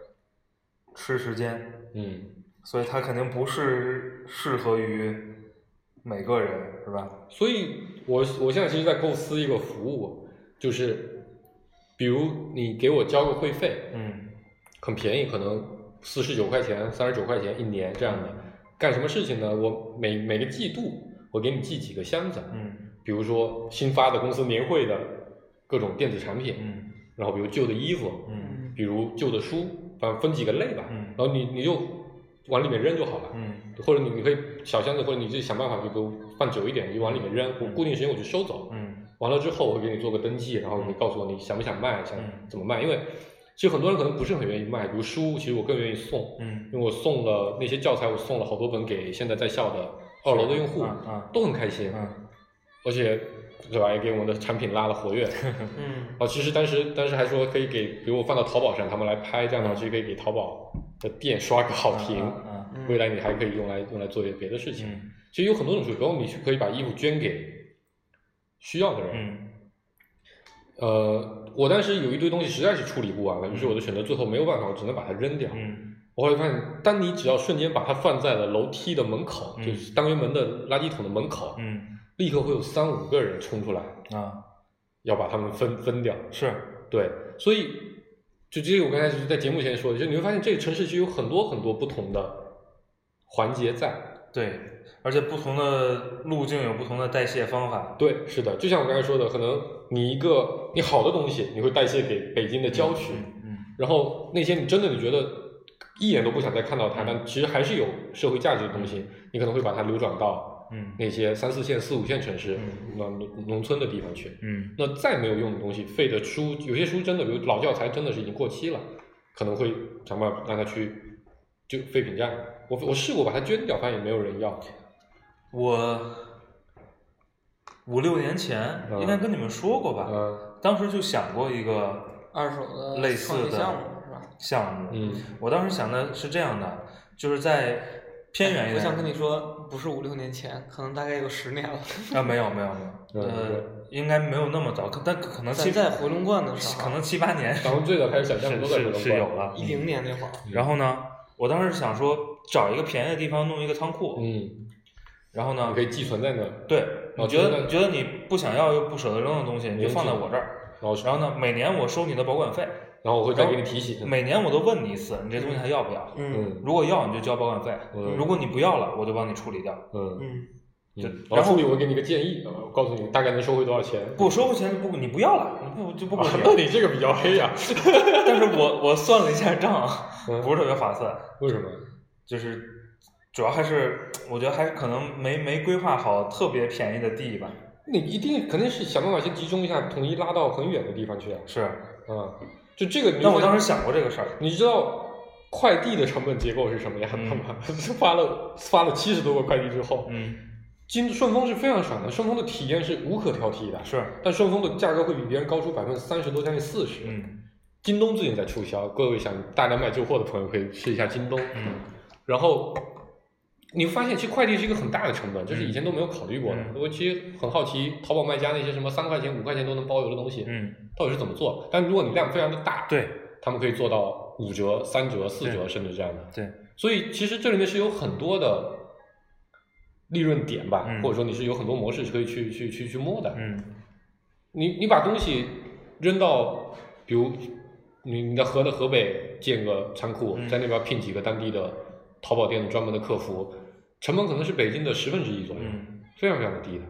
Speaker 4: 吃时间，
Speaker 5: 嗯，
Speaker 4: 所以它肯定不是适合于每个人，是吧？
Speaker 5: 所以我我现在其实在构思一个服务，就是比如你给我交个会费，
Speaker 4: 嗯
Speaker 5: 很便宜，可能四十九块钱、三十九块钱一年这样的。干什么事情呢？我每每个季度我给你寄几个箱子，
Speaker 4: 嗯
Speaker 5: 比如说新发的公司年会的各种电子产品，
Speaker 4: 嗯
Speaker 5: 然后比如旧的衣服，
Speaker 4: 嗯
Speaker 5: 比如旧的书，反正分几个类吧。
Speaker 4: 嗯
Speaker 5: 然后你你就往里面扔就好了，
Speaker 4: 嗯
Speaker 5: 或者你你可以小箱子，或者你自己想办法就给我放久一点，你就往里面扔，我固定时间我去收走。
Speaker 4: 嗯
Speaker 5: 完了之后，我会给你做个登记，然后你告诉我你想不想卖，想
Speaker 4: 嗯
Speaker 5: 怎么卖。因为其实很多人可能不是很愿意卖，比如书，其实我更愿意送，
Speaker 4: 嗯，
Speaker 5: 因为我送了那些教材，我送了好多本给现在在校的二楼的用户，
Speaker 4: 啊
Speaker 5: 都很开心，
Speaker 4: 嗯
Speaker 5: 而且对吧，也给我们的产品拉了活跃。
Speaker 6: 嗯
Speaker 5: 啊，其实当时当时还说可以给，比如我放到淘宝上，他们来拍，这样的话其实可以给淘宝的店刷个好评，
Speaker 4: 嗯
Speaker 6: 嗯，
Speaker 5: 未来你还可以用来用来做一些别的事情。
Speaker 4: 嗯
Speaker 5: 其实有很多种处理，包括你去可以把衣服捐给需要的人。
Speaker 4: 嗯
Speaker 5: 呃，我当时有一堆东西实在是处理不完了，于是我的选择最后没有办法，我只能把它扔掉。
Speaker 4: 嗯
Speaker 5: 我会发现，当你只要瞬间把它放在了楼梯的门口，
Speaker 4: 嗯
Speaker 5: 就是单元门的垃圾桶的门口，
Speaker 4: 嗯
Speaker 5: 立刻会有三五个人冲出来
Speaker 4: 啊，
Speaker 5: 要把它们分分掉。
Speaker 4: 是，
Speaker 5: 对，所以就这个我刚才就是在节目前说的，就你会发现这个城市其实有很多很多不同的环节在。
Speaker 4: 对，而且不同的路径有不同的代谢方法，
Speaker 5: 对，是的，就像我刚才说的，可能你一个你好的东西，你会代谢给北京的郊区。
Speaker 4: 嗯
Speaker 5: 然后那些你真的你觉得一眼都不想再看到它，但其实还是有社会价值的东西，你可能会把它流转到
Speaker 4: 嗯
Speaker 5: 那些三四线、四五线城市、
Speaker 4: 嗯
Speaker 5: 那农农村的地方去。
Speaker 4: 嗯
Speaker 5: 那再没有用的东西，废的书，有些书真的，比如老教材，真的是已经过期了，可能会想办法让它去就废品站。我我试过把它捐掉，发现也没有人要。
Speaker 4: 我五六年前
Speaker 5: 嗯
Speaker 4: 应该跟你们说过吧，
Speaker 5: 嗯
Speaker 4: 当时就想过一个
Speaker 6: 二手的
Speaker 4: 类似
Speaker 6: 创业
Speaker 4: 的
Speaker 6: 项目是吧？
Speaker 4: 项目，
Speaker 5: 嗯
Speaker 4: 我当时想的是这样的，就是在偏远一点，
Speaker 6: 哎我想跟你说，不是五六年前，可能大概有十年了。
Speaker 4: 啊，没有没有没有，
Speaker 5: 嗯
Speaker 4: 呃，应该没有那么早，可但可能
Speaker 6: 咱
Speaker 4: 七
Speaker 6: 在回龙观的时候
Speaker 4: 可能七八年
Speaker 5: 咱们最早开始想象
Speaker 4: 是
Speaker 5: 都在
Speaker 4: 是是有了，嗯
Speaker 6: 一零年那会儿，
Speaker 4: 然后呢，我当时想说找一个便宜的地方弄一个仓库，
Speaker 5: 嗯，
Speaker 4: 然后呢
Speaker 5: 你可，以寄存在那儿，
Speaker 4: 对，
Speaker 5: 哦
Speaker 4: 你觉
Speaker 5: 就是
Speaker 4: 得你觉得你不想要又不舍得扔的东西，你就放在我这儿，
Speaker 5: 然后
Speaker 4: 然后呢，每年我收你的保管费，
Speaker 5: 然后我会再给你提醒。
Speaker 4: 每年我都问你一次，你这东西还要不要？
Speaker 6: 嗯
Speaker 5: 嗯
Speaker 4: 如果要，你就交保管费；
Speaker 5: 嗯
Speaker 4: 如果你不要了，我就帮你处理掉。
Speaker 5: 嗯。
Speaker 6: 嗯，
Speaker 4: 对然
Speaker 5: 嗯然后
Speaker 4: 后
Speaker 5: 处理我给你个建议，我告诉你大概能收回多少钱。
Speaker 4: 不收回钱不你不要了，你不就不给
Speaker 5: 啊
Speaker 4: 我，
Speaker 5: 那
Speaker 4: 要。 <laughs>
Speaker 5: 你这个比较黑呀、
Speaker 4: 但是我我算了一下账啊，
Speaker 5: 嗯
Speaker 4: 不是特别划算，
Speaker 5: 为什么？
Speaker 4: 就是主要还是我觉得还是可能没没规划好特别便宜的地吧。
Speaker 5: 你一定肯定是想办法先集中一下，统一拉到很远的地方去啊。
Speaker 4: 是，
Speaker 5: 啊、就这个你就发现，
Speaker 4: 但我当时想过这个事儿。
Speaker 5: 你知道快递的成本结构是什么样的吗？ <laughs> 发了发了七十多个快递之后，
Speaker 4: 嗯，
Speaker 5: 今顺丰是非常爽的，顺丰的体验是无可挑剔的，
Speaker 4: 嗯是，
Speaker 5: 但顺丰的价格会比别人高出百分之三十多，将近四十。
Speaker 4: 嗯
Speaker 5: 京东最近在促销，各位想大量卖旧货的朋友可以试一下京东。
Speaker 4: 嗯
Speaker 5: 然后你发现，其实快递是一个很大的成本，这是以前都没有考虑过的。
Speaker 4: 嗯
Speaker 5: 我其实很好奇，淘宝卖家那些什么三块钱、五块钱都能包邮的东西，
Speaker 4: 嗯，
Speaker 5: 到底是怎么做？但如果你量非常的大，
Speaker 4: 对
Speaker 5: 他们可以做到五折、三折、四折，
Speaker 4: 对
Speaker 5: 甚至这样的。
Speaker 4: 对，
Speaker 5: 所以其实这里面是有很多的利润点吧，
Speaker 4: 嗯
Speaker 5: 或者说你是有很多模式是可以去去去去摸的。
Speaker 4: 嗯
Speaker 5: 你你把东西扔到，比如你你在河的河北建个仓库，
Speaker 4: 嗯
Speaker 5: 在那边聘几个当地的淘宝店的专门的客服，成本可能是北京的十分之一左右，
Speaker 4: 嗯
Speaker 5: 非常非常的低的。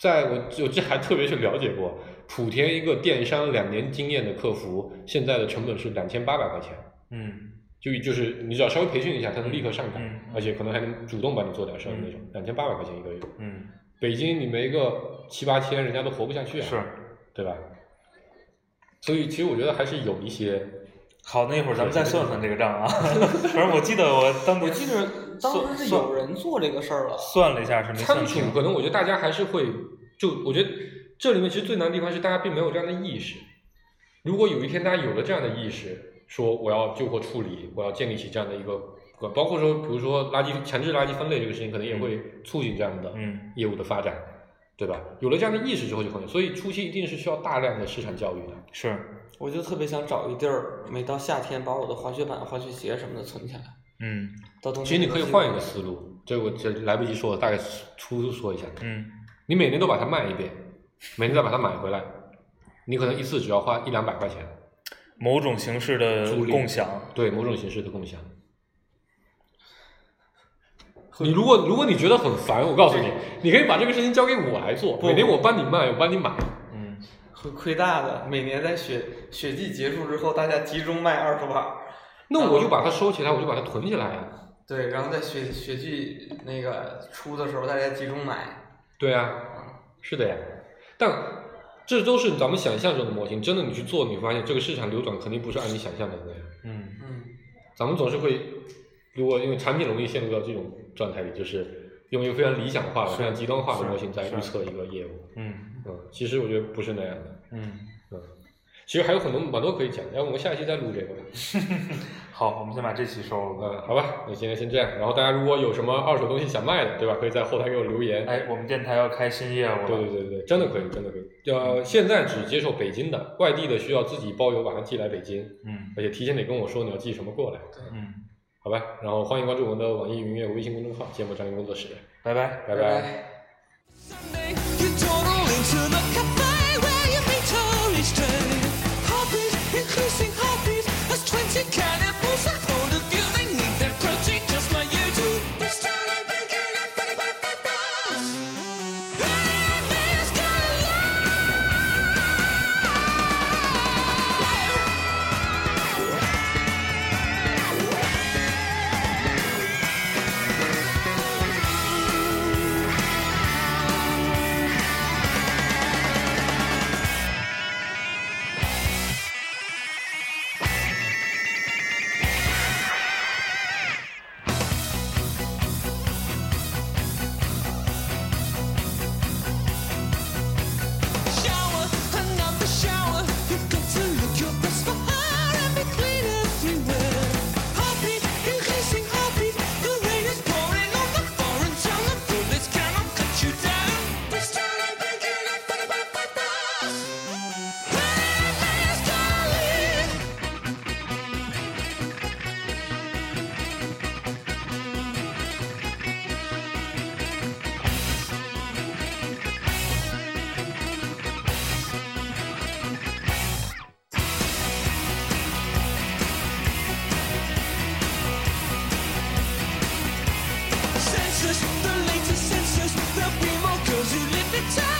Speaker 5: 在我我这还特别去了解过，莆田一个电商两年经验的客服，现在的成本是两千八百块钱，
Speaker 4: 嗯
Speaker 5: 就就是你只要稍微培训一下，他能立刻上岗，
Speaker 4: 嗯嗯
Speaker 5: 而且可能还能主动帮你做点事儿的那种，两千八百块钱一个月。
Speaker 4: 嗯，
Speaker 5: 北京你没个七八千，人家都活不下去啊。
Speaker 4: 是。
Speaker 5: 对吧？所以其实我觉得还是有一些，
Speaker 4: 好，那一会儿咱们再算算这个账啊。 <laughs> 反正我记得我当
Speaker 6: 嗯我
Speaker 4: 时
Speaker 6: 记得当时是有人做这个事儿了，
Speaker 4: 算了一下是没
Speaker 5: 仓
Speaker 4: 算
Speaker 5: 储
Speaker 4: 清。
Speaker 5: 可能我觉得大家还是会，就我觉得这里面其实最难的地方是大家并没有这样的意识。如果有一天大家有了这样的意识，说我要旧货处理，我要建立起这样的一个，包括说比如说垃圾强制垃圾分类这个事情，可能也会促进这样的
Speaker 4: 嗯
Speaker 5: 业务的发展，对吧？有了这样的意识之后就很有，所以初期一定是需要大量的市场教育的。
Speaker 4: 嗯是，
Speaker 6: 我就特别想找一地儿，每到夏天把我的滑雪板、滑雪鞋什么的存起来，
Speaker 4: 嗯
Speaker 6: 到冬
Speaker 5: 其实
Speaker 6: 天
Speaker 5: 你
Speaker 6: 就
Speaker 5: 可以换一个思路，这我这来不及说，我大概粗粗说一下。
Speaker 4: 嗯
Speaker 5: 你每年都把它卖一遍，每年再把它买回来，你可能一次只要花一两百块钱，
Speaker 4: 某种形式的
Speaker 5: 租赁
Speaker 4: 共享，
Speaker 5: 对某种形式的共享。你如果如果你觉得很烦，我告诉你，你可以把这个事情交给我来做，
Speaker 6: 不
Speaker 5: 每年我帮你卖，我帮你买。
Speaker 4: 嗯，
Speaker 6: 会亏大的。每年在雪雪季结束之后，大家集中卖二手板儿，
Speaker 5: 那
Speaker 4: 啊
Speaker 5: 我就把它收起来，我就把它囤起来呀、
Speaker 6: 对，然后在雪雪季那个出的时候，大家集中买。
Speaker 5: 对啊，是的呀。但这都是咱们想象中的模型，真的你去做，你会发现这个市场流转肯定不是按你想象的那样。
Speaker 4: 嗯
Speaker 6: 嗯，
Speaker 5: 咱们总是会，如果因为产品容易陷入到这种状态里，就是用一个非常理想化的、
Speaker 4: 是
Speaker 5: 非常极端化的
Speaker 4: 是
Speaker 5: 模型在
Speaker 4: 是
Speaker 5: 预测一个业务。
Speaker 4: 嗯
Speaker 5: 嗯，其实我觉得不是那样的。
Speaker 4: 嗯，
Speaker 5: 嗯，其实还有很多蛮多可以讲，要不我们下一期再录这个吧。
Speaker 4: 好，我们先把这期收了。
Speaker 5: 嗯，好吧，那今天先这样。然后大家如果有什么二手东西想卖的，对吧？可以在后台给我留言。
Speaker 4: 哎，我们电台要开新业务了。
Speaker 5: 对对对对，真的可以，真的可以。呃，现在只接受北京的，外地的需要自己包邮把它寄来北京，
Speaker 4: 嗯
Speaker 5: 而且提前得跟我说你要寄什么过来，
Speaker 4: 嗯，
Speaker 5: 好吧？然后欢迎关注我们的网易云音乐微信公众号“芥末章鱼工作室”，
Speaker 4: 拜拜。
Speaker 5: 拜
Speaker 6: 拜
Speaker 5: 拜。
Speaker 7: Sunday, you toddle into the cafe where you meet her each day. Hobbies, increasing hobbies, as 20 cannibals are cloned of you. They need their protein just like you do. This time I've been kind of funny, but but but. Hey, Miss Galore! Shower, another shower. You've got to look your best for her and be clean everywhere. Heartbeat, increasing heartbeat. The rain is pouring on the floor and tell the bullets cannot cut you down. This time I'm thinking of what about my boss? Hey, darling. Census, the latest census. There'll be more girls who live in town